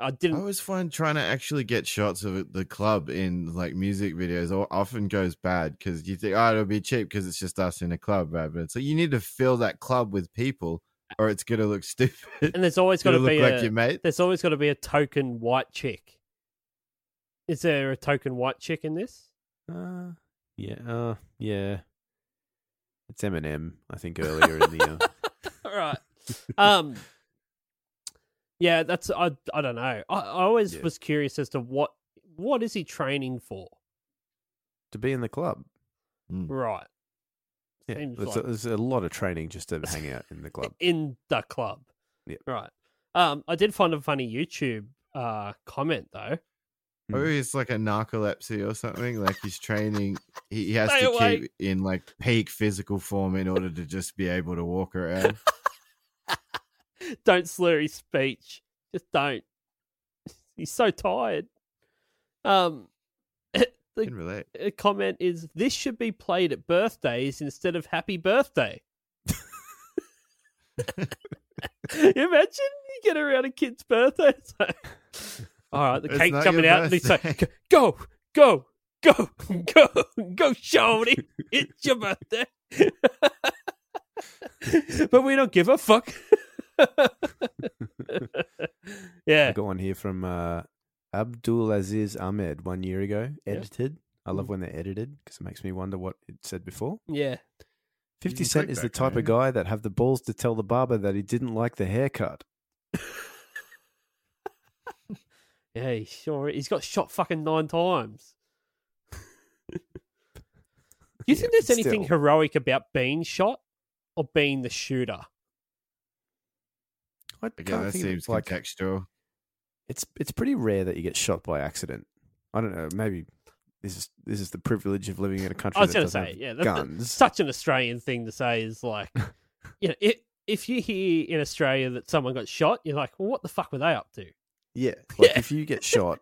Speaker 3: I
Speaker 5: I
Speaker 3: didn't.
Speaker 5: always find trying to actually get shots of the club in like music videos o- often goes bad because you think, oh, it'll be cheap because it's just us in a club, right? But it's like you need to fill that club with people or it's going to look *laughs* stupid. It's
Speaker 3: and there's always got
Speaker 5: going
Speaker 3: to
Speaker 5: to look
Speaker 3: be
Speaker 5: like
Speaker 3: a,
Speaker 5: your mate.
Speaker 3: there's always got to be a token white chick. Is there a token white chick in this? *laughs*
Speaker 4: Uh, yeah,
Speaker 3: oh,
Speaker 4: uh, yeah. It's Eminem, I think earlier in the.
Speaker 3: *laughs*
Speaker 4: Uh,
Speaker 3: All right. Um. Yeah, that's I. I don't know. I, I always
Speaker 4: Yeah.
Speaker 3: was curious as to what what is he training for.
Speaker 4: to be in the club.
Speaker 3: Right.
Speaker 4: Yeah,
Speaker 3: Seems
Speaker 4: there's, a,
Speaker 3: like-
Speaker 4: there's a lot of training
Speaker 3: *laughs*
Speaker 4: just to hang out in the club.
Speaker 3: in the club.
Speaker 4: Yep.
Speaker 3: Right. Um, I did find a funny YouTube uh comment though.
Speaker 4: Hmm.
Speaker 5: Maybe it's like a narcolepsy or something. Like he's training, he he has
Speaker 3: Stay
Speaker 5: to
Speaker 3: awake.
Speaker 5: keep in like peak physical form in order to just be able to walk
Speaker 3: *laughs*
Speaker 5: around.
Speaker 3: Don't slur his speech. Just don't. *laughs* He's so tired. Um,
Speaker 5: I can relate.
Speaker 3: a comment is this should be played at birthdays instead of happy birthday. *laughs* Imagine you get around a kid's birthday. It's like, All right, the
Speaker 5: It's
Speaker 3: cake's
Speaker 5: not
Speaker 3: coming
Speaker 5: your
Speaker 3: out. And he's like,
Speaker 5: birthday.
Speaker 3: go, go, go, go, go, Shorty. It's your birthday. *laughs* but we don't give a fuck. *laughs*
Speaker 4: I
Speaker 3: yeah.
Speaker 4: got one here from uh, Abdulaziz Ahmed one year ago,
Speaker 3: Yeah. Mm.
Speaker 4: edited. I love when they're edited because it makes me wonder what it said before.
Speaker 3: Yeah.
Speaker 4: 50
Speaker 5: can
Speaker 4: Cent
Speaker 5: click
Speaker 4: is the
Speaker 5: back,
Speaker 4: type of
Speaker 5: right?
Speaker 4: guy that have the balls to tell the barber that he didn't like the haircut.
Speaker 3: Yeah, he sure. He's got shot fucking nine
Speaker 4: *laughs*
Speaker 3: times. Do you
Speaker 4: Yeah,
Speaker 3: think there's
Speaker 4: but
Speaker 3: anything
Speaker 4: still.
Speaker 3: heroic about being shot or being the shooter?
Speaker 4: I
Speaker 5: Again,
Speaker 4: can't
Speaker 5: that
Speaker 4: think of-
Speaker 5: seems
Speaker 4: like
Speaker 5: contextual.
Speaker 4: it's it's pretty rare that you get shot by accident. I don't know. Maybe this is this is the privilege of living in a country
Speaker 3: I was
Speaker 4: that
Speaker 3: going to
Speaker 4: doesn't
Speaker 3: say,
Speaker 4: have
Speaker 3: yeah, that, that-
Speaker 4: guns.
Speaker 3: such an Australian thing to say is
Speaker 4: *laughs*
Speaker 3: like, you know, it, if you hear in Australia that someone got shot, you're like, well, what the fuck were they up to? *laughs*
Speaker 4: yeah, like
Speaker 3: Yeah.
Speaker 4: if you get shot,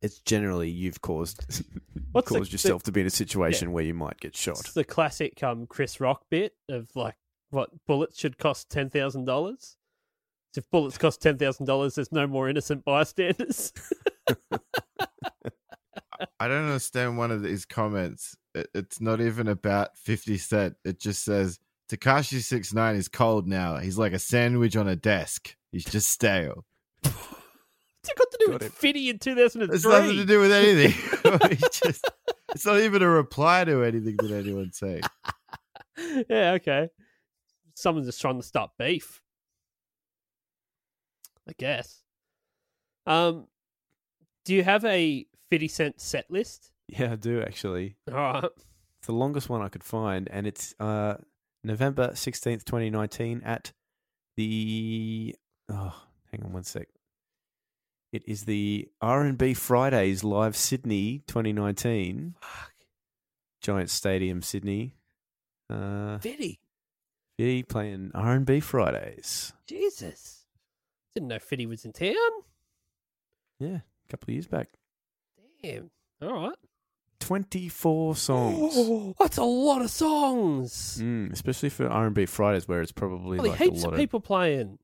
Speaker 4: it's generally you've caused
Speaker 3: What's the-
Speaker 4: *laughs* caused
Speaker 3: the-
Speaker 4: yourself to be in a situation where you might get shot.
Speaker 3: It's the classic um, Chris Rock bit of like, what bullets should cost ten thousand dollars. If bullets cost ten thousand dollars, there's no more innocent bystanders. *laughs*
Speaker 5: I don't understand one of his comments. It, it's not even about 50 Cent. It just says Takashi 69 is cold now. He's like a sandwich on a desk. He's just stale.
Speaker 3: What's it got to do with Fiddy in two thousand and
Speaker 5: It's nothing to
Speaker 3: three?
Speaker 5: do
Speaker 3: *laughs*
Speaker 5: with anything. *laughs* He's just- it's not even a reply to anything that anyone's saying.
Speaker 3: Yeah, okay. Someone's just trying to start beef. I guess. Um, do you have a Fiddy Cent set list?
Speaker 4: Yeah, I do actually.
Speaker 3: All right.
Speaker 4: It's the longest one I could find, and it's uh, November sixteenth, twenty nineteen, at the oh, hang on one sec. It is the R and B Fridays live Sydney twenty nineteen, Giant Stadium Sydney.
Speaker 3: *laughs*
Speaker 4: Uh,
Speaker 3: Fiddy.
Speaker 4: Fiddy playing R and B Fridays.
Speaker 3: Jesus. Didn't know Fiddy was in town.
Speaker 4: Yeah, a couple of years back.
Speaker 3: Damn. All right.
Speaker 4: Twenty four songs.
Speaker 3: Oh, *gasps* that's a lot of songs.
Speaker 4: Mm, especially for R and B Fridays, where it's probably
Speaker 3: Holy
Speaker 4: like a
Speaker 3: heaps
Speaker 4: lot
Speaker 3: of people playing.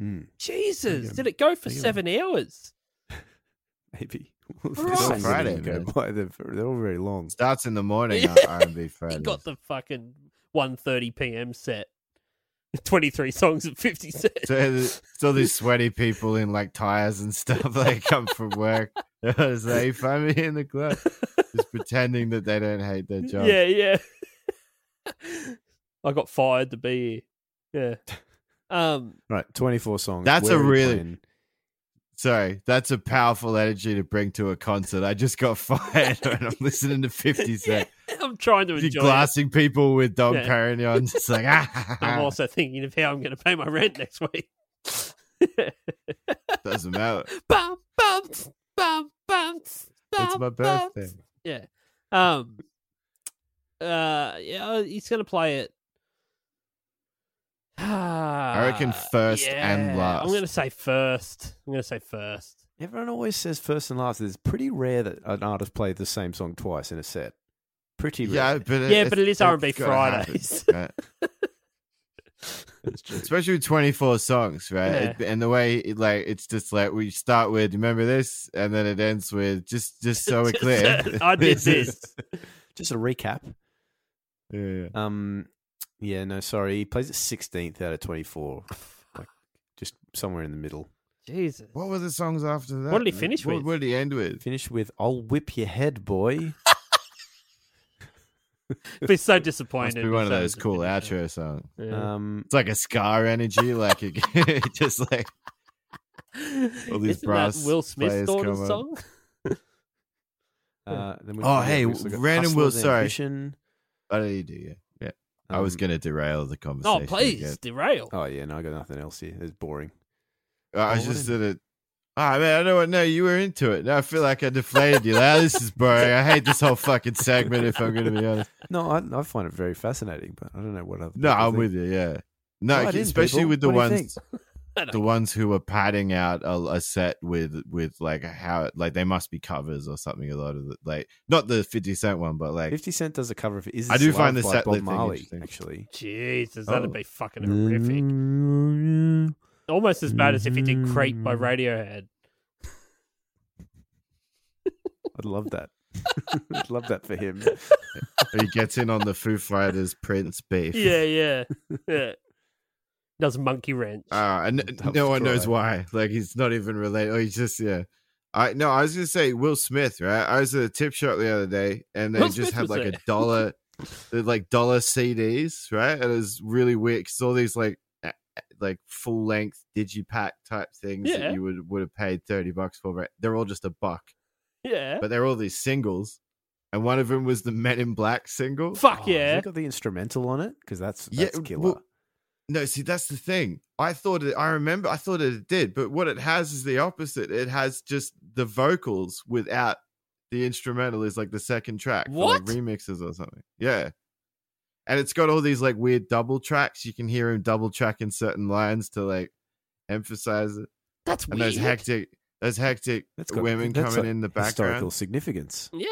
Speaker 4: Mm,
Speaker 3: Jesus.
Speaker 4: go.
Speaker 3: Did it go for
Speaker 4: There you go.
Speaker 3: seven hours?
Speaker 4: *laughs* maybe.
Speaker 3: Right.
Speaker 4: Songs that
Speaker 5: Friday,
Speaker 4: you go
Speaker 5: man.
Speaker 4: *laughs* by, They're, they're all very long.
Speaker 5: Starts in the morning uh,
Speaker 3: Yeah. *laughs*
Speaker 5: on R&B
Speaker 3: He
Speaker 5: Friday.
Speaker 3: got the fucking 1.30 p.m. set. *laughs* 23 songs at 50 cents.
Speaker 5: so, there's-
Speaker 3: *laughs*
Speaker 5: so these sweaty people in like tires and stuff. *laughs* They come from work. *laughs* It's like, you find me in the club. Just pretending that they don't
Speaker 3: *laughs*
Speaker 5: hate their job.
Speaker 3: Yeah, yeah. *laughs* I got fired to be here. Yeah. Um,
Speaker 4: Right, twenty four songs.
Speaker 5: That's a
Speaker 4: Where are you
Speaker 5: really-
Speaker 4: playing?
Speaker 5: Sorry, that's a powerful energy to bring to a concert. I just got *laughs* fired and I'm
Speaker 3: *laughs*
Speaker 5: listening to 50 Cent.
Speaker 3: I'm trying to
Speaker 5: You're
Speaker 3: enjoy it.
Speaker 5: glassing people with Dom
Speaker 3: Yeah. *laughs*
Speaker 5: Perignon. It's like, ah, ha, ha,
Speaker 3: I'm
Speaker 5: ha.
Speaker 3: also thinking of how I'm going to pay my rent next week. *laughs*
Speaker 5: doesn't matter.
Speaker 3: bum, bum, tss, bum, bum, tss,
Speaker 5: It's
Speaker 3: bum,
Speaker 5: my
Speaker 3: bum,
Speaker 5: birthday.
Speaker 3: tss. Yeah. Um. Uh. Yeah. He's going to play it. I *sighs*
Speaker 5: reckon first and last.
Speaker 3: I'm going to say first. I'm going to say first. *laughs*
Speaker 4: Everyone always says first and last. It's pretty rare that an artist plays the same song twice in a set. Pretty rare.
Speaker 5: Yeah, but it,
Speaker 3: Yeah, but it is
Speaker 5: it's
Speaker 3: R&B
Speaker 5: gotta happen,
Speaker 3: Fridays.
Speaker 5: right? Especially with 24 songs, right?
Speaker 3: Yeah.
Speaker 5: It- and the way, it, like, it's just like we start with, remember this, and then it ends with, just,
Speaker 3: *laughs*
Speaker 5: just so we're clear.
Speaker 3: uh, I
Speaker 5: *laughs*
Speaker 3: did
Speaker 5: is-
Speaker 3: this.
Speaker 4: Just a recap.
Speaker 5: Yeah.
Speaker 4: Um, yeah, no, sorry. He plays it sixteenth out of twenty
Speaker 5: *laughs*
Speaker 4: four, like just somewhere in the middle.
Speaker 3: Jesus.
Speaker 5: What were the songs after that?
Speaker 3: What did he
Speaker 5: man?
Speaker 3: finish
Speaker 5: What-
Speaker 3: with?
Speaker 5: What did he end with?
Speaker 4: Finish with "I'll whip your head, boy."
Speaker 3: Be so
Speaker 5: Must
Speaker 3: disappointed.
Speaker 5: be one of
Speaker 3: So
Speaker 5: those cool
Speaker 3: disappointed.
Speaker 5: outro songs.
Speaker 3: Yeah.
Speaker 4: Um,
Speaker 5: It's like a scar energy, like it, *laughs* it just like *laughs* all these
Speaker 3: Isn't
Speaker 5: brass
Speaker 3: that Will
Speaker 5: players
Speaker 3: Smith's
Speaker 5: come
Speaker 3: daughter's
Speaker 5: up.
Speaker 3: song?
Speaker 4: uh, then we-
Speaker 5: Oh, hey,
Speaker 4: we've still got
Speaker 5: random
Speaker 4: Hustlers
Speaker 5: Will- sorry.
Speaker 4: Ambition.
Speaker 5: I don't do yeah. Yeah, I was
Speaker 4: Um,
Speaker 5: gonna derail the
Speaker 3: Oh,
Speaker 5: conversation.
Speaker 3: please
Speaker 5: again.
Speaker 3: derail.
Speaker 4: Oh yeah, no, I got nothing else here. It's boring.
Speaker 5: I was
Speaker 4: Oh, what
Speaker 5: just
Speaker 4: a-
Speaker 5: gonna. Ah man, I don't want- no, you were into it. Now I feel like I deflated you. Now this is boring. I hate this whole fucking segment. If I'm gonna
Speaker 4: *laughs*
Speaker 5: be honest,
Speaker 4: No, I, I find it very fascinating, but I don't know what other.
Speaker 5: no,
Speaker 4: people
Speaker 5: I'm
Speaker 4: think.
Speaker 5: with you. Yeah, no,
Speaker 4: Right in,
Speaker 5: especially
Speaker 4: people.
Speaker 5: with the
Speaker 4: What do you *laughs*
Speaker 5: ones, the ones who were padding out a, a set with with like how like they must be covers or something. A lot of the, like not the Fifty Cent one, but like
Speaker 4: Fifty Cent does a cover of "Is This
Speaker 5: I do
Speaker 4: Love
Speaker 5: find the
Speaker 4: by
Speaker 5: set
Speaker 4: Bob
Speaker 5: list thing
Speaker 4: Marley
Speaker 5: interesting.
Speaker 4: actually.
Speaker 3: Jesus, that'd
Speaker 5: Oh.
Speaker 3: be fucking horrific.
Speaker 4: Mm,
Speaker 5: *laughs*
Speaker 3: Almost as bad as if he did "Creep" by Radiohead.
Speaker 4: *laughs* I'd love that. I'd love that
Speaker 3: *laughs*
Speaker 4: for him.
Speaker 5: He gets in on the Foo Fighters Prince beef.
Speaker 3: yeah, yeah, yeah. Does monkey wrench?
Speaker 5: Uh, and
Speaker 4: Tough
Speaker 5: no one knows
Speaker 4: try.
Speaker 5: why. Like he's not even related. Oh, he's just yeah. I no, I was gonna say Will Smith, right? I was at a tip shop the other day, and they
Speaker 3: Will
Speaker 5: just
Speaker 3: Smith
Speaker 5: had
Speaker 3: was
Speaker 5: like a
Speaker 3: there.
Speaker 5: dollar, they're, like dollar CDs, right? And it was really weird because all these like a- a- like full length digipack type things
Speaker 3: Yeah.
Speaker 5: that you would would have paid thirty bucks for, right? They're all just a buck,
Speaker 3: yeah.
Speaker 5: but they're all these singles, and one of them was the Men in Black single.
Speaker 3: Fuck
Speaker 4: Oh, has
Speaker 3: yeah.
Speaker 4: it got the instrumental on it because that's
Speaker 5: Yeah,
Speaker 4: that's killer.
Speaker 5: well- No, see, that's the thing. I thought it, I remember, I thought it did, but what it has is the opposite. It has just the vocals without the instrumental is like the second track. for, like,
Speaker 3: What?
Speaker 5: remixes or something. Yeah. And it's got all these like weird double tracks. You can hear him double tracking certain lines to like emphasize it.
Speaker 3: That's
Speaker 5: And
Speaker 3: weird.
Speaker 5: those hectic, those hectic
Speaker 4: That's got-
Speaker 5: women
Speaker 4: that's
Speaker 5: coming
Speaker 4: a
Speaker 5: in the
Speaker 4: Historical
Speaker 5: background.
Speaker 4: significance.
Speaker 3: Yeah.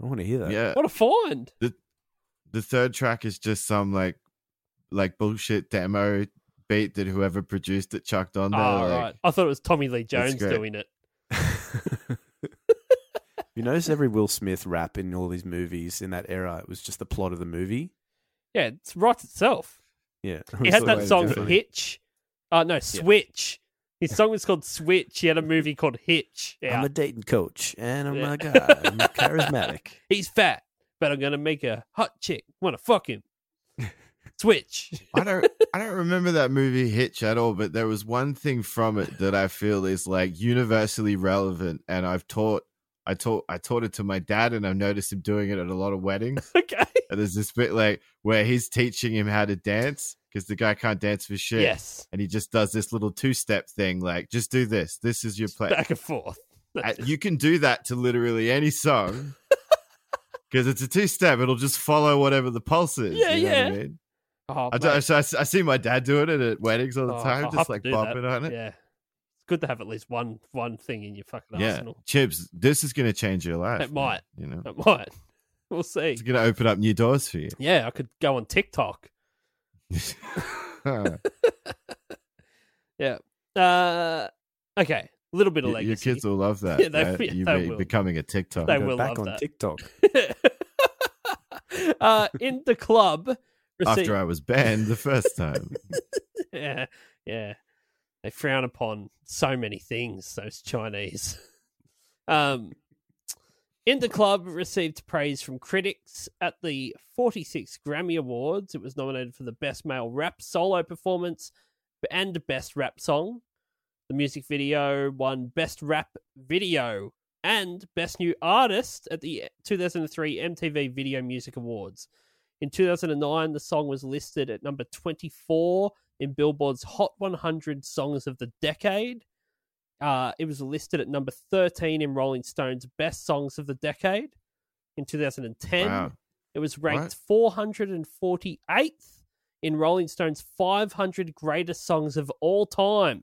Speaker 4: I want to hear that.
Speaker 5: Yeah.
Speaker 3: What a find.
Speaker 5: the third track is just some like like bullshit demo beat that whoever produced it chucked on
Speaker 3: Oh,
Speaker 5: there. like,
Speaker 3: right. I thought it was Tommy Lee
Speaker 5: That's
Speaker 3: Jones
Speaker 5: great.
Speaker 3: doing it.
Speaker 4: you notice every Will Smith rap in all these movies in that era, it was just the plot of the movie.
Speaker 3: Yeah, it's right
Speaker 5: *laughs*
Speaker 3: itself.
Speaker 4: Yeah, *laughs*
Speaker 3: He had
Speaker 5: so
Speaker 3: that
Speaker 5: glad
Speaker 3: song
Speaker 5: you did.
Speaker 3: Hitch. Uh no, Switch. His song was called Switch. He had *laughs* a movie called Hitch.
Speaker 4: I'm
Speaker 3: Yeah.
Speaker 4: a dating coach, and I'm
Speaker 3: Yeah.
Speaker 4: a guy.
Speaker 3: *laughs*
Speaker 4: I'm charismatic.
Speaker 3: He's fat, but I'm gonna make a hot chick wanna fuck
Speaker 5: *laughs*
Speaker 3: him. Switch. *laughs*
Speaker 5: I don't I don't remember that movie Hitch at all, but there was one thing from it that I feel is like universally relevant and I've taught I taught I taught it to my dad and I've noticed him doing it at a lot
Speaker 3: *laughs*
Speaker 5: of weddings.
Speaker 3: okay.
Speaker 5: And there's this bit like where he's teaching him how to dance because the guy can't dance for shit.
Speaker 3: Yes.
Speaker 5: And he just does this little two step thing like just do this. This is your play.
Speaker 3: Back and forth.
Speaker 5: Uh, you can do that to literally
Speaker 3: *laughs*
Speaker 5: any song. Because it's a two step, it'll just follow whatever the pulse is.
Speaker 3: Yeah,
Speaker 5: you know what I
Speaker 3: yeah.
Speaker 5: mean?
Speaker 3: Oh,
Speaker 5: I,
Speaker 3: mate.
Speaker 5: do, I, I see my dad doing it at weddings all the
Speaker 3: Oh,
Speaker 5: time,
Speaker 3: I'll have
Speaker 5: just
Speaker 3: to
Speaker 5: like
Speaker 3: do that.
Speaker 5: bopping on it.
Speaker 3: Yeah. It's good to have at least one one thing in your fucking
Speaker 5: Yeah.
Speaker 3: arsenal.
Speaker 5: Chibs, this is going to change your life.
Speaker 3: It
Speaker 5: man,
Speaker 3: might.
Speaker 5: You know,
Speaker 3: That might. *laughs* We'll see.
Speaker 5: it's going to open up new doors
Speaker 3: *laughs*
Speaker 5: for you.
Speaker 3: Yeah, I could go on TikTok.
Speaker 5: *laughs* Huh.
Speaker 3: Uh okay. A little bit of
Speaker 5: Y- your
Speaker 3: legacy.
Speaker 5: kids
Speaker 3: *laughs*
Speaker 5: will love that.
Speaker 3: Yeah, they-
Speaker 5: right?
Speaker 3: yeah,
Speaker 5: you
Speaker 3: they
Speaker 5: be-
Speaker 3: will.
Speaker 5: becoming a TikTok.
Speaker 3: They
Speaker 4: Go
Speaker 3: will love
Speaker 4: back on
Speaker 3: that.
Speaker 4: TikTok.
Speaker 3: *laughs* uh, in the club. received-
Speaker 5: *laughs* After I was banned the first time,
Speaker 3: *laughs* yeah, yeah, they frown upon so many things. Those Chinese. *laughs* um, in the club received praise from critics at the 46th Grammy Awards. It was nominated for the best male rap solo performance and best rap song. The music video won best rap video and Best New Artist at the 2003 MTV Video Music Awards. In 2009, the song was listed at number 24 in Billboard's Hot 100 Songs of the Decade. Uh, it was listed at number 13 in Rolling Stone's Best Songs of the Decade. In 2010,
Speaker 5: Wow.
Speaker 3: it was ranked 448th in Rolling Stone's 500 Greatest Songs of All Time.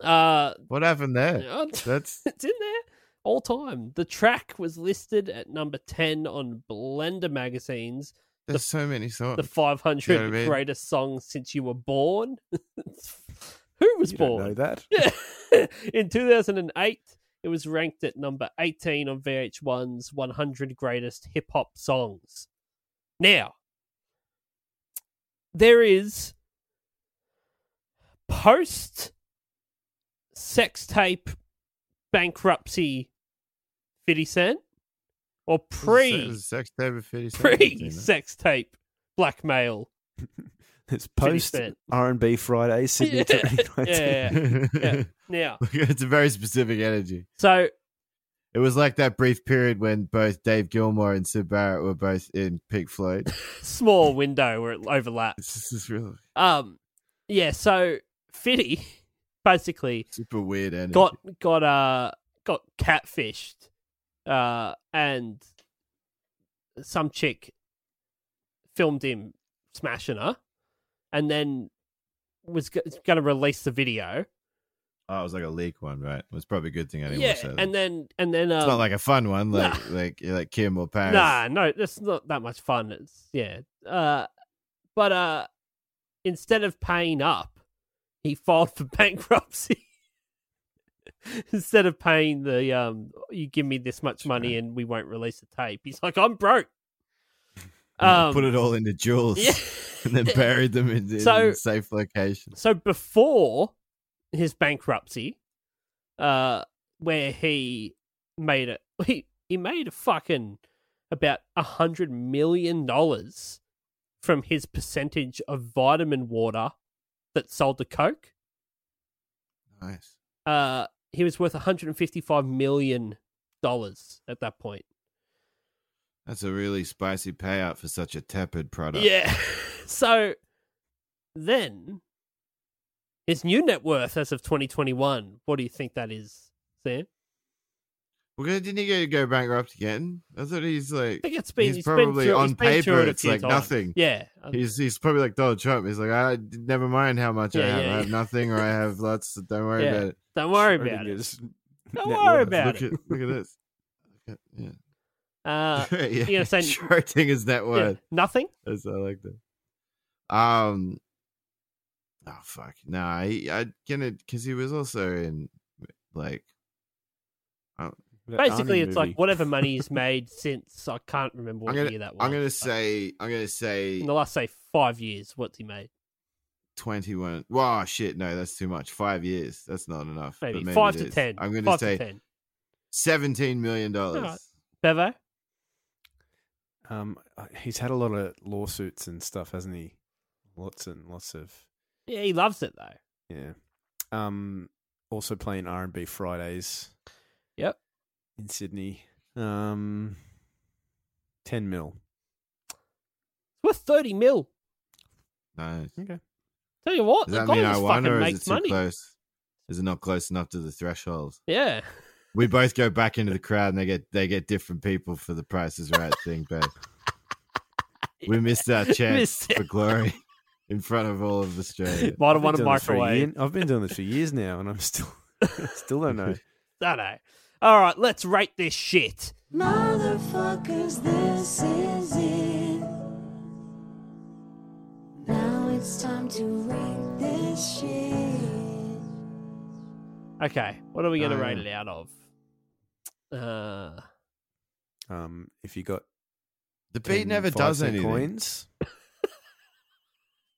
Speaker 3: Uh,
Speaker 5: *laughs* what happened there?
Speaker 3: *laughs* yeah,
Speaker 5: That's
Speaker 3: it's in there all time. The track was listed at number 10 on Blender magazine's
Speaker 5: there's so many songs.
Speaker 3: the 500
Speaker 5: I mean?
Speaker 3: greatest songs since you were born. *laughs* Who was
Speaker 4: You don't know
Speaker 3: born? *laughs*
Speaker 4: that.
Speaker 3: in 2008, it was ranked at number 18 on VH1's 100 greatest hip hop songs. Now, there is post sex tape bankruptcy 50 Cent or pre
Speaker 5: There's a sex tape of 50 Cent.
Speaker 3: pre sex tape blackmail.
Speaker 4: It's
Speaker 3: Finish
Speaker 4: post
Speaker 3: that.
Speaker 4: R and B Friday Sydney.
Speaker 3: *laughs* Yeah,
Speaker 4: 2019.
Speaker 5: *laughs*
Speaker 3: yeah. Yeah. Now,
Speaker 5: it's a very specific energy.
Speaker 3: so
Speaker 5: It was like that brief period when both Dave Gilmore and Sue Barrett were both in
Speaker 3: *laughs*
Speaker 5: Pink Floyd.
Speaker 3: small window where it overlaps.
Speaker 5: this is really
Speaker 3: Um, yeah. So Fitty *laughs* basically
Speaker 5: super weird energy.
Speaker 3: got got uh got catfished, uh, and some chick filmed him smashing her, and then was g- going to release the video.
Speaker 5: Oh, it was like a leak one, right? It was probably a good thing I didn't
Speaker 3: Yeah,
Speaker 5: watch that.
Speaker 3: and then and then um,
Speaker 5: it's not like a fun one, like
Speaker 3: nah.
Speaker 5: like like Kim or Paris.
Speaker 3: Nah, no, that's not that much fun. It's yeah. Uh but uh *laughs* instead of paying up, he filed for bankruptcy. *laughs* instead of paying the um, you give me this much money and we won't release the tape. He's like, I'm broke. Um,
Speaker 5: *laughs* Put it all into jewels
Speaker 3: yeah.
Speaker 5: *laughs*
Speaker 3: *laughs*
Speaker 5: and then buried them in, in
Speaker 3: So-
Speaker 5: safe locations.
Speaker 3: So before his bankruptcy, uh, where he made it, *laughs* he he made a fucking about a hundred million dollars from his percentage of vitamin water that sold to Coke.
Speaker 5: Nice.
Speaker 3: Uh, he was worth 155 million dollars at that point.
Speaker 5: That's a really spicy payout for such a tepid product.
Speaker 3: Yeah. *laughs* So then his new net worth as of 2021, what do you think that is, Sam?
Speaker 5: Well, didn't he go, go bankrupt again? I thought he's
Speaker 3: I
Speaker 5: like
Speaker 3: think it's been
Speaker 5: He's
Speaker 3: he's been
Speaker 5: probably
Speaker 3: through-
Speaker 5: on
Speaker 3: he's been through
Speaker 5: paper,
Speaker 3: it a
Speaker 5: it's
Speaker 3: few
Speaker 5: like
Speaker 3: times.
Speaker 5: nothing.
Speaker 3: Yeah,
Speaker 5: he's he's probably like Donald Trump. He's like, I never mind how much I
Speaker 3: Yeah,
Speaker 5: have.
Speaker 3: yeah,
Speaker 5: I have
Speaker 3: yeah.
Speaker 5: nothing, or I have lots. So don't worry
Speaker 3: Yeah.
Speaker 5: about it.
Speaker 3: don't worry about it.
Speaker 4: Schrodinger's
Speaker 3: Don't
Speaker 4: net
Speaker 3: worry
Speaker 4: worth.
Speaker 3: about
Speaker 5: look
Speaker 3: it.
Speaker 5: at look at this. Look at- Yeah.
Speaker 3: Uh,
Speaker 5: *laughs* yeah.
Speaker 3: you know, saying-
Speaker 5: Schrodinger's net
Speaker 3: yeah,
Speaker 5: worth.
Speaker 3: nothing.
Speaker 5: That's I like that. Um. Oh fuck! Nah, he, I get it because he was also in like
Speaker 4: That
Speaker 3: Basically,
Speaker 4: Arnie
Speaker 3: it's
Speaker 4: movie.
Speaker 3: like whatever money
Speaker 5: *laughs*
Speaker 3: he's made since I can't remember what
Speaker 5: I'm gonna
Speaker 3: year that was.
Speaker 5: I'm gonna
Speaker 3: but
Speaker 5: say I'm gonna say
Speaker 3: in the last say five years, what's he made?
Speaker 5: twenty one. Wow, shit! No, that's too much. Five years. That's not enough. but
Speaker 3: Maybe, five
Speaker 5: it
Speaker 3: to
Speaker 5: is.
Speaker 3: ten.
Speaker 5: I'm gonna
Speaker 3: five
Speaker 5: say
Speaker 3: to ten.
Speaker 5: seventeen million dollars.
Speaker 3: Alright. Bevo,
Speaker 4: Um, uh, he's had a lot of lawsuits and stuff, hasn't he? Lots and lots of
Speaker 3: yeah, he loves it though.
Speaker 4: yeah. Um, also playing R and B Fridays.
Speaker 3: Yep.
Speaker 4: In Sydney, um, ten mil.
Speaker 3: It's worth thirty mil.
Speaker 5: Nice.
Speaker 3: Tell you what,
Speaker 5: Does
Speaker 3: the
Speaker 5: that
Speaker 3: guy
Speaker 5: mean I
Speaker 3: just
Speaker 5: won,
Speaker 3: fucking
Speaker 5: or is it
Speaker 3: makes
Speaker 5: too
Speaker 3: money.
Speaker 5: close? Is it not close enough to the threshold?
Speaker 3: Yeah,
Speaker 5: We both go back into the crowd and they get they get different people for the prices right thing,
Speaker 3: *laughs*
Speaker 5: babe. We missed our chance
Speaker 3: Missed it.
Speaker 5: for glory *laughs* in front of all of Australia.
Speaker 3: might have
Speaker 4: I've
Speaker 3: won
Speaker 4: been
Speaker 3: a
Speaker 4: doing this for a
Speaker 3: microwave.
Speaker 4: year- I've been doing this
Speaker 3: *laughs*
Speaker 4: for years now, and I'm still *laughs* still don't know.
Speaker 3: I know. All right, let's rate this shit.
Speaker 9: Motherfuckers, this is it. Now it's time to rate this shit.
Speaker 3: Okay, what are we gonna
Speaker 5: Oh,
Speaker 3: rate
Speaker 5: yeah.
Speaker 3: it out of? Uh, *laughs*
Speaker 4: Um, if you got
Speaker 5: The beat
Speaker 4: 10
Speaker 5: never
Speaker 4: five
Speaker 5: does
Speaker 4: cent
Speaker 5: anything.
Speaker 4: Coins,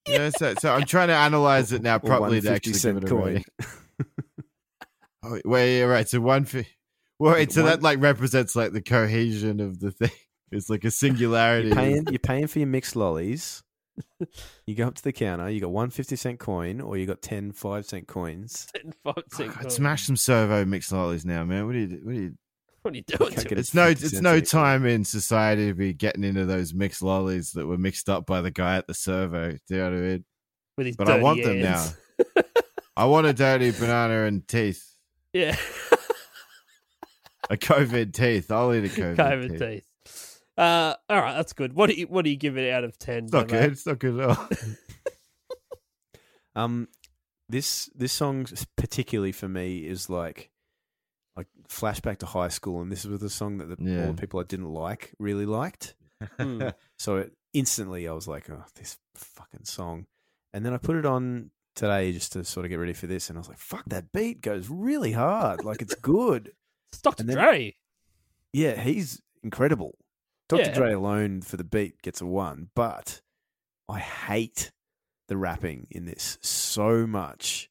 Speaker 5: You know, so, so I'm trying to analyze it
Speaker 4: *laughs*
Speaker 5: now
Speaker 4: or
Speaker 5: properly
Speaker 4: one
Speaker 5: to
Speaker 4: 50
Speaker 5: actually give
Speaker 4: cent
Speaker 5: it a
Speaker 4: coin.
Speaker 5: rating. Oh, wait, yeah, right. So one. Fi- wait, so that
Speaker 4: One-
Speaker 5: like represents like the cohesion of the thing. *laughs* It's like a singularity.
Speaker 4: You're paying,
Speaker 5: *laughs*
Speaker 4: you're paying for your mixed lollies. you go up to the counter, you got one 50 cent coin or you got 10 5 cent coins.
Speaker 5: Fuck, I'd Oh, smash some servo mix lollies now, man. What are you? What are you?
Speaker 3: What are you doing?
Speaker 4: Can't
Speaker 3: to
Speaker 4: get
Speaker 3: it?
Speaker 4: a
Speaker 5: It's no.
Speaker 4: 50
Speaker 5: It's
Speaker 4: cents
Speaker 5: no
Speaker 4: each.
Speaker 5: time in society to be getting into those mixed lollies that were mixed up by the guy at the servo. Do you know what I mean?
Speaker 3: With his
Speaker 5: But I
Speaker 3: dirty
Speaker 5: want them now.
Speaker 3: hands. *laughs*
Speaker 5: I want
Speaker 4: *laughs*
Speaker 5: a dirty banana and teeth.
Speaker 3: Yeah,
Speaker 5: A COVID teeth. I'll
Speaker 4: *laughs*
Speaker 5: eat a COVID,
Speaker 3: COVID
Speaker 5: teeth.
Speaker 3: teeth. Uh, all right, that's good. What do you What do you give it out of ten?
Speaker 5: It's not
Speaker 3: Bevo?
Speaker 5: good. It's not
Speaker 4: *laughs*
Speaker 5: good at all. *laughs*
Speaker 4: Um, this this song s- particularly for me is like like flashback to high school, and this was the song that the,
Speaker 5: Yeah.
Speaker 4: all the people I didn't like really liked.
Speaker 3: Hmm.
Speaker 4: *laughs* So it, instantly I was like, oh, this fucking song. And then I put it on today just to sort of get ready for this, and I was like, fuck, that beat goes really hard. Like it's good.
Speaker 3: It's Dr.
Speaker 4: And then-
Speaker 3: Dre.
Speaker 4: Yeah, he's incredible. Dr.
Speaker 3: Yeah.
Speaker 4: Dre alone for the beat gets a one, but I hate the rapping in this so much.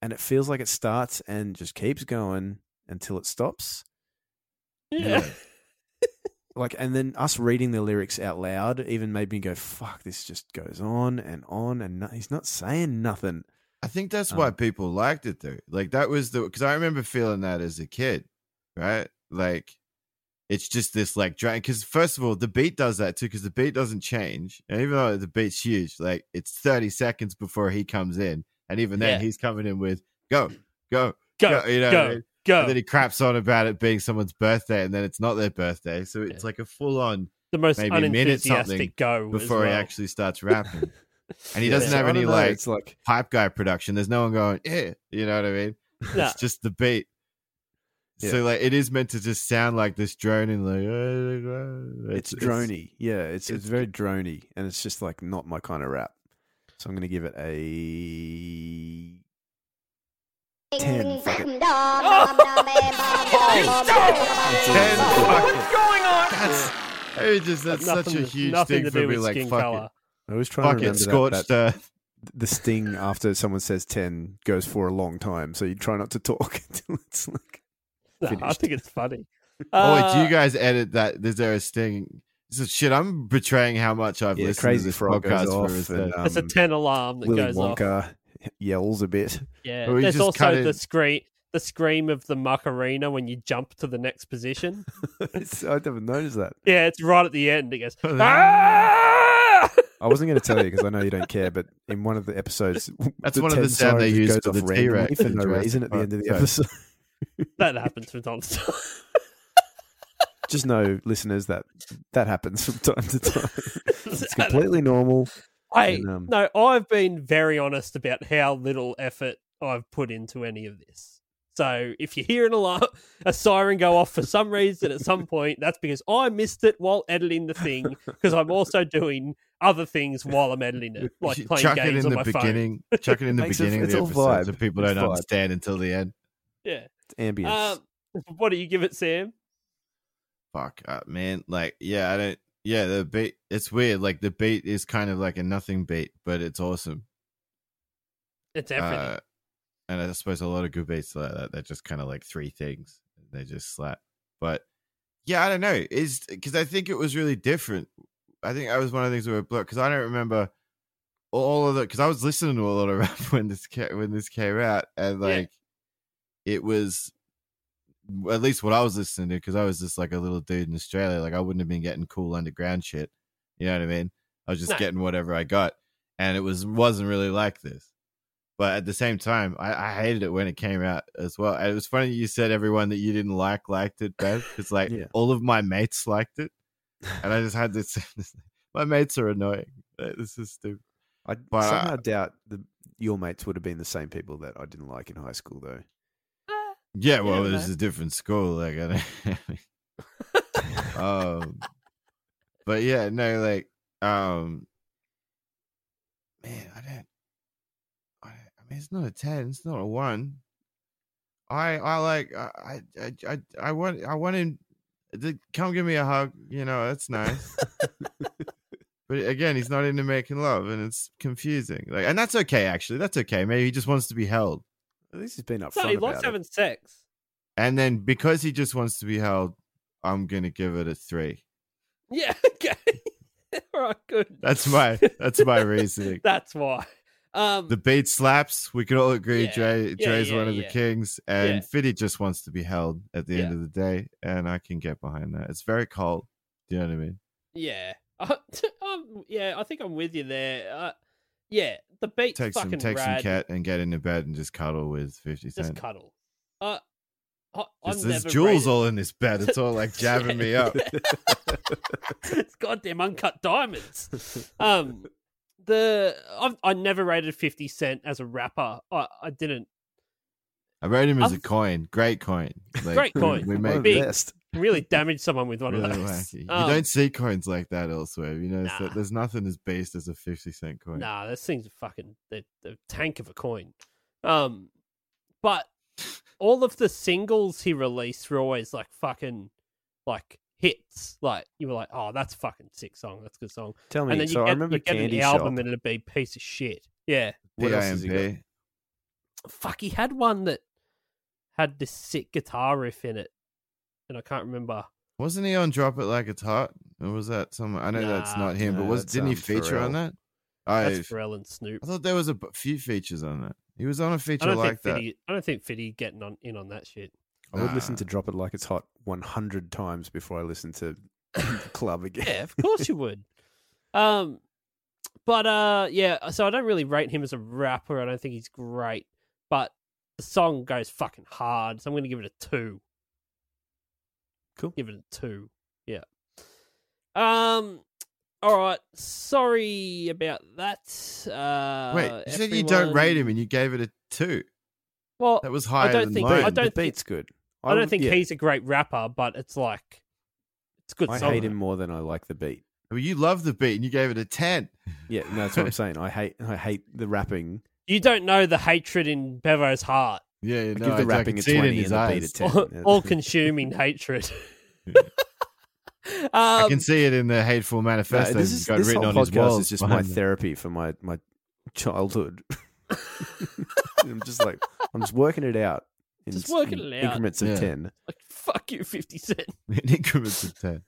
Speaker 4: And it feels like it starts and just keeps going until it stops.
Speaker 3: Yeah.
Speaker 4: Like, and then us reading the lyrics out loud even made me go, fuck, this just goes on and on. And no- he's not saying nothing.
Speaker 5: I think that's
Speaker 3: Uh-huh.
Speaker 5: why
Speaker 4: Um,
Speaker 5: people liked it though. Like that was the because I remember feeling that as a kid, right? Like it's just this like drag. Because first of all, the beat does that too. Because the beat doesn't change, and even though the beat's huge, like it's thirty seconds before he comes in, and even then
Speaker 3: Yeah.
Speaker 5: he's coming in with go, go,
Speaker 3: Go,
Speaker 5: you know,
Speaker 3: go, go.
Speaker 5: and then he craps on about it being someone's birthday, and then it's not their birthday, so it's
Speaker 3: Yeah.
Speaker 5: like a full on
Speaker 3: the most
Speaker 5: maybe a minute something
Speaker 3: unenthusiastic go. as
Speaker 5: before he
Speaker 3: well. *laughs*
Speaker 5: actually starts rapping, and he
Speaker 3: Yeah.
Speaker 5: doesn't
Speaker 4: So
Speaker 5: have
Speaker 4: I
Speaker 5: any
Speaker 4: don't know,
Speaker 5: like
Speaker 4: It's like,
Speaker 5: pipe guy production. There's no one going, yeah, you know what I mean?
Speaker 3: Nah.
Speaker 5: It's just the beat. So like it is meant to just sound like "Eh," this droning, like
Speaker 4: it's, drony. yeah, it's, it's very drony. And it's just like not my kind of rap. So I'm going to give it a Ten. Fuck it.
Speaker 5: Ten fucking-
Speaker 7: going on?
Speaker 5: That's it was just that's such
Speaker 3: to-
Speaker 5: a huge
Speaker 3: nothing
Speaker 5: thing
Speaker 3: to
Speaker 5: for
Speaker 3: do
Speaker 5: me.
Speaker 3: with
Speaker 5: Like
Speaker 3: skin
Speaker 5: fuck
Speaker 3: color.
Speaker 4: I was
Speaker 5: it,
Speaker 4: trying
Speaker 5: fuck
Speaker 4: to
Speaker 5: it,
Speaker 4: remember that,
Speaker 5: scorched
Speaker 4: that,
Speaker 5: earth.
Speaker 4: the sting after someone says ten goes for a long time, so you try not to talk *laughs* until it's like
Speaker 3: No, I
Speaker 4: Finished.
Speaker 3: think it's
Speaker 5: *laughs*
Speaker 3: funny.
Speaker 5: oh wait, do
Speaker 3: Uh,
Speaker 5: you guys edit that? Is there a sting? This is shit. I'm betraying how much I've
Speaker 4: yeah,
Speaker 5: listened to
Speaker 4: crazy
Speaker 5: this
Speaker 4: frog
Speaker 5: podcast
Speaker 4: goes
Speaker 5: for
Speaker 4: off,
Speaker 5: his uh,
Speaker 4: and
Speaker 5: day.
Speaker 4: um,
Speaker 3: It's a ten alarm that
Speaker 4: Willy
Speaker 3: goes off.
Speaker 4: Wonka yells a bit. *laughs*
Speaker 3: Yeah,
Speaker 5: Or you
Speaker 3: there's
Speaker 5: just cut
Speaker 3: also the
Speaker 5: in-
Speaker 3: scream, the scream of the Macarena when you jump to the next position.
Speaker 4: It's- I never noticed that.
Speaker 3: yeah, it's right at the end. It
Speaker 5: *laughs*
Speaker 3: goes. "Ah!" *laughs*
Speaker 4: I wasn't going to tell you because I know you don't care, but in one of the episodes,
Speaker 5: *laughs* That's
Speaker 4: the
Speaker 5: one of the
Speaker 4: 10
Speaker 5: sound they
Speaker 4: siren
Speaker 5: use
Speaker 4: just
Speaker 5: for
Speaker 4: goes
Speaker 5: the
Speaker 4: off randomly
Speaker 5: T-Rex
Speaker 4: for
Speaker 5: in
Speaker 4: no
Speaker 5: Jurassic
Speaker 4: reason at the
Speaker 5: Park.
Speaker 4: end of the
Speaker 5: Sorry.
Speaker 4: episode. *laughs*
Speaker 3: that happens from time to time.
Speaker 4: Just know, listeners, that that happens from *laughs* time
Speaker 3: *laughs*
Speaker 4: to time. It's completely normal.
Speaker 3: I
Speaker 4: and, um,
Speaker 3: no, I've been very honest about how little effort I've put into any of this. So if you hear an alarm, a siren go off for some reason at some point, that's because I missed it while editing the
Speaker 5: *laughs*
Speaker 3: thing because I'm also doing other things while I'm editing
Speaker 5: *laughs*
Speaker 3: it, *laughs* like
Speaker 5: You should
Speaker 3: playing
Speaker 5: chuck
Speaker 3: games
Speaker 5: it in
Speaker 3: on
Speaker 5: the
Speaker 3: my phone.
Speaker 5: beginning. Chuck it in the
Speaker 4: Makes it-
Speaker 5: beginning of
Speaker 4: it's
Speaker 5: the
Speaker 4: all
Speaker 5: episode so
Speaker 4: vibe.
Speaker 5: people
Speaker 4: It's
Speaker 5: don't
Speaker 4: vibe.
Speaker 5: understand until the end.
Speaker 3: Yeah.
Speaker 4: Ambience.
Speaker 3: Um, *laughs* what do you give it, Sam?
Speaker 5: Fuck up, man. Like, yeah, I don't. Yeah, the beat. It's weird. Like the beat is kind of like a nothing beat, but it's awesome.
Speaker 3: It's everything.
Speaker 5: Uh, and I suppose a lot of good beats like that, they're just kind of like three things. They just slap. But yeah, I don't know. Is because I think it was really different. I think that was one of the things we were blocked because I don't remember all of the because I was listening to a lot of *laughs* rap when this came, when this came out and
Speaker 3: Yeah.
Speaker 5: like it was at least what I was listening to because I was just like a little dude in Australia like I wouldn't have been getting cool underground shit you know what I mean I was just
Speaker 3: No.
Speaker 5: getting whatever I got and it was wasn't really like this but at the same time, I, I hated it when it came out as well. And it was funny you said everyone that you didn't like liked it, Bev. It's like
Speaker 4: Yeah.
Speaker 5: all of my mates liked it, and I just had this. *laughs* my mates are annoying. Like, This is stupid.
Speaker 4: I
Speaker 5: but uh, I-
Speaker 4: somehow doubt the, your mates would have been the same people that I didn't like in high school, though.
Speaker 5: Yeah, well,
Speaker 3: Yeah,
Speaker 5: it was a different school. Like, *laughs* I don't, um, but yeah, no, like, um, man, I don't, I, don't, I mean, it's not a ten, it's not a one. I, I like, I, I, I, I- I want, I want him to come give me a hug. You know, that's nice. but again, he's not into making love, and it's confusing. Like, and that's okay, actually. That's okay. Maybe he just wants to be held.
Speaker 4: At least he's been upfront
Speaker 3: no, he likes
Speaker 4: about it.
Speaker 3: having sex.
Speaker 5: And then because he just wants to be held, I'm gonna give it a three.
Speaker 3: Yeah. *laughs* Okay. All right. Good.
Speaker 5: That's
Speaker 3: *laughs*
Speaker 5: my that's my reasoning.
Speaker 3: That's why. Um,
Speaker 5: The beat slaps. We can all agree
Speaker 3: Yeah.
Speaker 5: Dre
Speaker 3: Yeah,
Speaker 5: Dre's
Speaker 3: yeah,
Speaker 5: one of the
Speaker 3: yeah.
Speaker 5: kings, and
Speaker 3: Yeah.
Speaker 5: Fiddy just wants to be held at the end
Speaker 3: Yeah.
Speaker 5: of the day, and I can get behind that. It's very cold. Do you know what I mean?
Speaker 3: Yeah. *laughs* um, yeah, I think I'm with you there. Uh, yeah, the beat's
Speaker 5: Take some
Speaker 3: fucking
Speaker 5: take
Speaker 3: rad.
Speaker 5: some cat and get into bed and just cuddle with Fifty
Speaker 3: Just
Speaker 5: Cent.
Speaker 3: cuddle. Uh, I, I'm
Speaker 5: Just- There's
Speaker 3: never
Speaker 5: jewels
Speaker 3: rated-
Speaker 5: all in this bed. It's all like jabbing me up.
Speaker 3: *laughs* it's goddamn uncut
Speaker 5: *laughs*
Speaker 3: diamonds. Um, the I've, I never rated Fifty Cent as a rapper. I, I didn't.
Speaker 5: I wrote him as a
Speaker 3: I've-
Speaker 5: coin. Great coin. Like, *laughs*
Speaker 3: Great
Speaker 5: we-
Speaker 3: coin.
Speaker 5: We
Speaker 4: One
Speaker 5: make
Speaker 4: of the
Speaker 3: Big.
Speaker 4: best.
Speaker 5: *laughs*
Speaker 3: Really damage someone with one of
Speaker 5: Really
Speaker 3: those.
Speaker 5: wacky. You
Speaker 3: Um,
Speaker 5: don't see coins like that elsewhere. You know,
Speaker 3: Nah.
Speaker 5: that there's nothing as based as a fifty cent coin.
Speaker 3: Nah, those things are fucking they're, they're a tank of a coin. Um, but all of the singles he released were always like fucking like hits. Like you were like, oh, that's a fucking sick song. That's a good song.
Speaker 4: Tell me.
Speaker 3: and then you
Speaker 4: so
Speaker 3: get,
Speaker 4: I remember
Speaker 3: you get
Speaker 4: Candy
Speaker 3: an
Speaker 4: Shop.
Speaker 3: album and it'd be a piece of shit. Yeah,
Speaker 4: What else has he got?
Speaker 5: DIMP.
Speaker 3: fuck. He had one that had this sick guitar riff in it, and I can't remember.
Speaker 5: Wasn't he on Drop It Like It's Hot? Or was that someone? I know that's
Speaker 3: Nah.
Speaker 5: not him, but
Speaker 4: No,
Speaker 5: was
Speaker 4: that's,
Speaker 5: didn't he
Speaker 4: um,
Speaker 5: feature on
Speaker 4: Pharrell.
Speaker 5: that? I,
Speaker 3: That's Pharrell and Snoop.
Speaker 5: I thought there was a b- few features on that. He was on a
Speaker 3: I
Speaker 5: feature
Speaker 3: don't
Speaker 5: like
Speaker 3: think
Speaker 5: that.
Speaker 3: Fiddy, I don't think Fiddy getting on in on that shit.
Speaker 4: I would listen
Speaker 5: Nah.
Speaker 4: to Drop It Like It's Hot 100 times before I listen to *coughs* Club again.
Speaker 3: Yeah,
Speaker 4: *laughs*
Speaker 3: of course you would. Um, but uh, yeah. So I don't really rate him as a rapper. I don't think he's great, but the song goes fucking hard. So I'm gonna give it a two.
Speaker 4: Cool.
Speaker 3: Give it a two. Yeah. Um. All right. Sorry about that. Uh,
Speaker 5: Wait, you said you don't rate
Speaker 3: everyone.
Speaker 5: him and you gave it a two.
Speaker 3: Well,
Speaker 5: That was higher
Speaker 3: don't
Speaker 5: than
Speaker 3: think-
Speaker 5: mine.
Speaker 3: I don't
Speaker 4: the
Speaker 3: think-
Speaker 4: beat's good.
Speaker 3: I don't
Speaker 4: would-
Speaker 3: think
Speaker 4: yeah,
Speaker 3: he's a great rapper, but it's like it's a good.
Speaker 4: I
Speaker 3: song.
Speaker 4: hate him more than I like the beat.
Speaker 5: Well, you love the beat and you gave it a ten.
Speaker 4: Yeah,
Speaker 5: *laughs*
Speaker 4: no, that's what I'm saying. I hate I hate the rapping.
Speaker 3: You don't know the hatred in Bevo's heart.
Speaker 5: Yeah, yeah, no,
Speaker 4: give
Speaker 5: I-
Speaker 4: the
Speaker 5: I
Speaker 4: rapping
Speaker 5: can
Speaker 4: a
Speaker 5: see it in
Speaker 4: 20
Speaker 5: his
Speaker 4: and the beat
Speaker 5: eyes.
Speaker 4: a 10.
Speaker 3: all,
Speaker 4: Yeah. *laughs*
Speaker 3: consuming hatred.
Speaker 5: I
Speaker 3: um,
Speaker 5: can see it in the hateful
Speaker 4: No,
Speaker 5: manifesto
Speaker 4: this
Speaker 5: he's
Speaker 4: is,
Speaker 5: got
Speaker 4: this
Speaker 5: written
Speaker 4: whole
Speaker 5: on his
Speaker 4: podcast
Speaker 5: walls.
Speaker 4: is just my *laughs*
Speaker 5: behind him.
Speaker 4: therapy for my, my
Speaker 5: *laughs*
Speaker 4: childhood. *laughs* I'm just like, I'm just working it out. In
Speaker 3: Just
Speaker 4: s-
Speaker 3: working
Speaker 4: in
Speaker 3: it out.
Speaker 4: Increments of
Speaker 5: Yeah.
Speaker 4: 10.
Speaker 3: like, fuck you, Fifty Cent.
Speaker 5: *laughs* in increments of ten.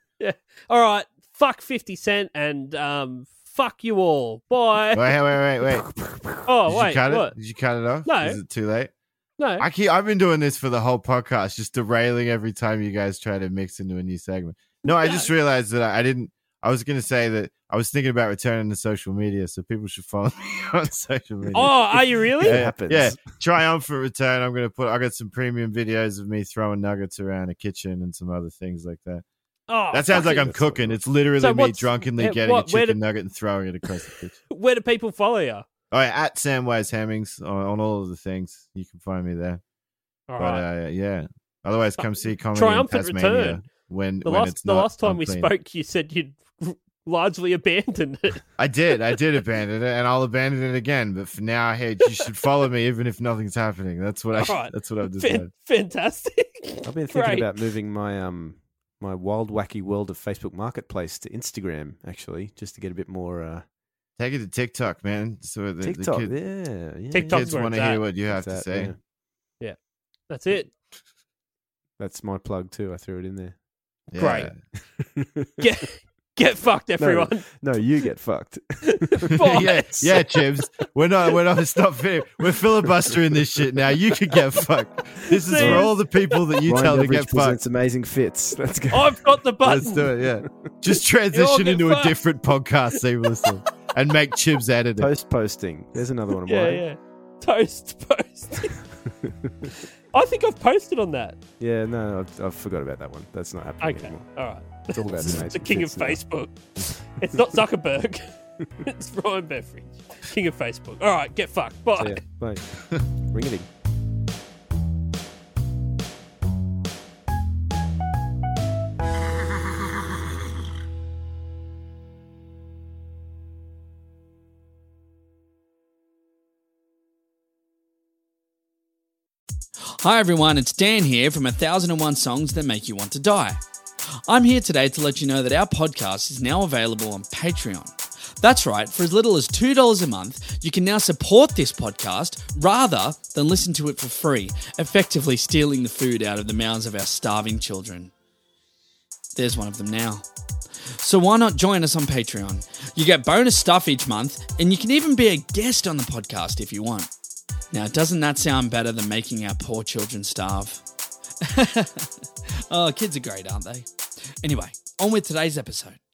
Speaker 3: All right, fuck Fifty Cent and um, fuck you all. Bye.
Speaker 5: Wait, wait, wait, wait.
Speaker 3: *laughs* Oh
Speaker 5: Did
Speaker 3: wait,
Speaker 5: you cut
Speaker 3: what?
Speaker 5: it? Did you cut it off?
Speaker 3: No. Eh?
Speaker 5: Is it too late?
Speaker 3: No,
Speaker 5: I keep. I've been doing this for the whole podcast, just derailing every time you guys try to mix into a new segment. No, I just realized that I, I didn't. I was going to say that I was thinking about returning to social media, so people should follow *laughs* me on social media.
Speaker 3: Oh, are you really?
Speaker 5: yeah,
Speaker 4: happens.
Speaker 5: Yeah, triumphant return. I'm going to put. I got some premium videos of me throwing nuggets around a kitchen and some other things like that.
Speaker 3: Oh,
Speaker 5: That sounds like
Speaker 4: yeah,
Speaker 5: I'm
Speaker 4: that's all
Speaker 5: cooking.
Speaker 4: good.
Speaker 5: It's literally
Speaker 3: So
Speaker 5: me
Speaker 3: what's-
Speaker 5: drunkenly
Speaker 3: yeah,
Speaker 5: getting
Speaker 3: what-
Speaker 5: a
Speaker 3: where
Speaker 5: chicken
Speaker 3: did-
Speaker 5: nugget and throwing it across the kitchen.
Speaker 3: where do people follow you? All
Speaker 5: All right, Oh, at Samwise Hemmings on, on all of the things. You can find me there.
Speaker 3: right.
Speaker 5: but uh, yeah. Otherwise, come see comedy
Speaker 3: Triumphant
Speaker 5: in Tasmania
Speaker 3: return.
Speaker 5: when
Speaker 3: the
Speaker 5: when
Speaker 3: last
Speaker 5: it's
Speaker 3: the
Speaker 5: not
Speaker 3: last time we
Speaker 5: unclean.
Speaker 3: spoke, you said you'd largely abandoned it.
Speaker 5: I did,
Speaker 3: *laughs*
Speaker 5: I did abandon it, and I'll abandon it again. But for now, hey, you should follow me even if nothing's happening. That's what I.
Speaker 3: All right. *laughs*
Speaker 5: That's what I've decided.
Speaker 3: Fan- fantastic.
Speaker 4: I've been thinking
Speaker 3: Great.
Speaker 4: about moving my um my wild wacky world of Facebook Marketplace to Instagram actually, just to get a bit more uh,
Speaker 5: Take it to TikTok, man. So the,
Speaker 4: TikTok.
Speaker 5: the kid-
Speaker 4: yeah, yeah,
Speaker 3: TikTok's
Speaker 5: kids
Speaker 4: yeah.
Speaker 3: where
Speaker 5: want
Speaker 3: it's
Speaker 5: to hear
Speaker 3: at.
Speaker 5: what you have
Speaker 4: That's
Speaker 5: to
Speaker 4: that,
Speaker 5: say.
Speaker 4: yeah.
Speaker 3: That's it.
Speaker 4: That's my plug too. I threw it in there.
Speaker 5: *laughs* Yeah.
Speaker 3: Great. Get
Speaker 5: *laughs*
Speaker 3: get fucked, everyone.
Speaker 4: No, you get fucked.
Speaker 3: Bye.
Speaker 5: yeah, yeah, Chibs. We're not. We're not. Stop. fili- We're filibustering this shit now. You could get fucked. This is for all the people that you
Speaker 4: Ryan
Speaker 5: tell to
Speaker 4: Beveridge
Speaker 5: get
Speaker 4: presents
Speaker 5: fucked.
Speaker 4: amazing fits. Let's go.
Speaker 3: I've got the button.
Speaker 5: Let's do it. Yeah.
Speaker 3: *laughs*
Speaker 5: Just transition
Speaker 3: get
Speaker 5: into
Speaker 3: fucked.
Speaker 5: a different podcast seamlessly and make
Speaker 3: *laughs*
Speaker 5: Chibs edit it.
Speaker 4: Post posting. There's another one of
Speaker 3: Yeah,
Speaker 4: mine.
Speaker 3: yeah. Toast, post. I think I've posted on that.
Speaker 4: Yeah, no, I've, I forgot about that one. That's not happening
Speaker 3: Okay,
Speaker 4: anymore.
Speaker 3: all right.
Speaker 4: It's all
Speaker 3: *laughs*
Speaker 4: about
Speaker 3: It's
Speaker 4: amazing
Speaker 3: the king of
Speaker 4: fits now.
Speaker 3: Facebook. it's not Zuckerberg. *laughs* it's Ryan Beveridge, king of Facebook. All right, get fucked. Bye.
Speaker 4: So, yeah, bye.
Speaker 3: *laughs*
Speaker 4: Ring it in.
Speaker 1: Hi everyone, it's Dan here from 1001 Songs That Make You Want to Die. I'm here today to let you know that our podcast is now available on Patreon. That's right, for as little as $2 a month, you can now support this podcast rather than listen to it for free, effectively stealing the food out of the mouths of our starving children. There's one of them now. So why not join us on Patreon? You get bonus stuff each month, and you can even be a guest on the podcast if you want. Now, doesn't that sound better than making our poor children starve? *laughs* oh, kids are great, aren't they? Anyway, on with today's episode.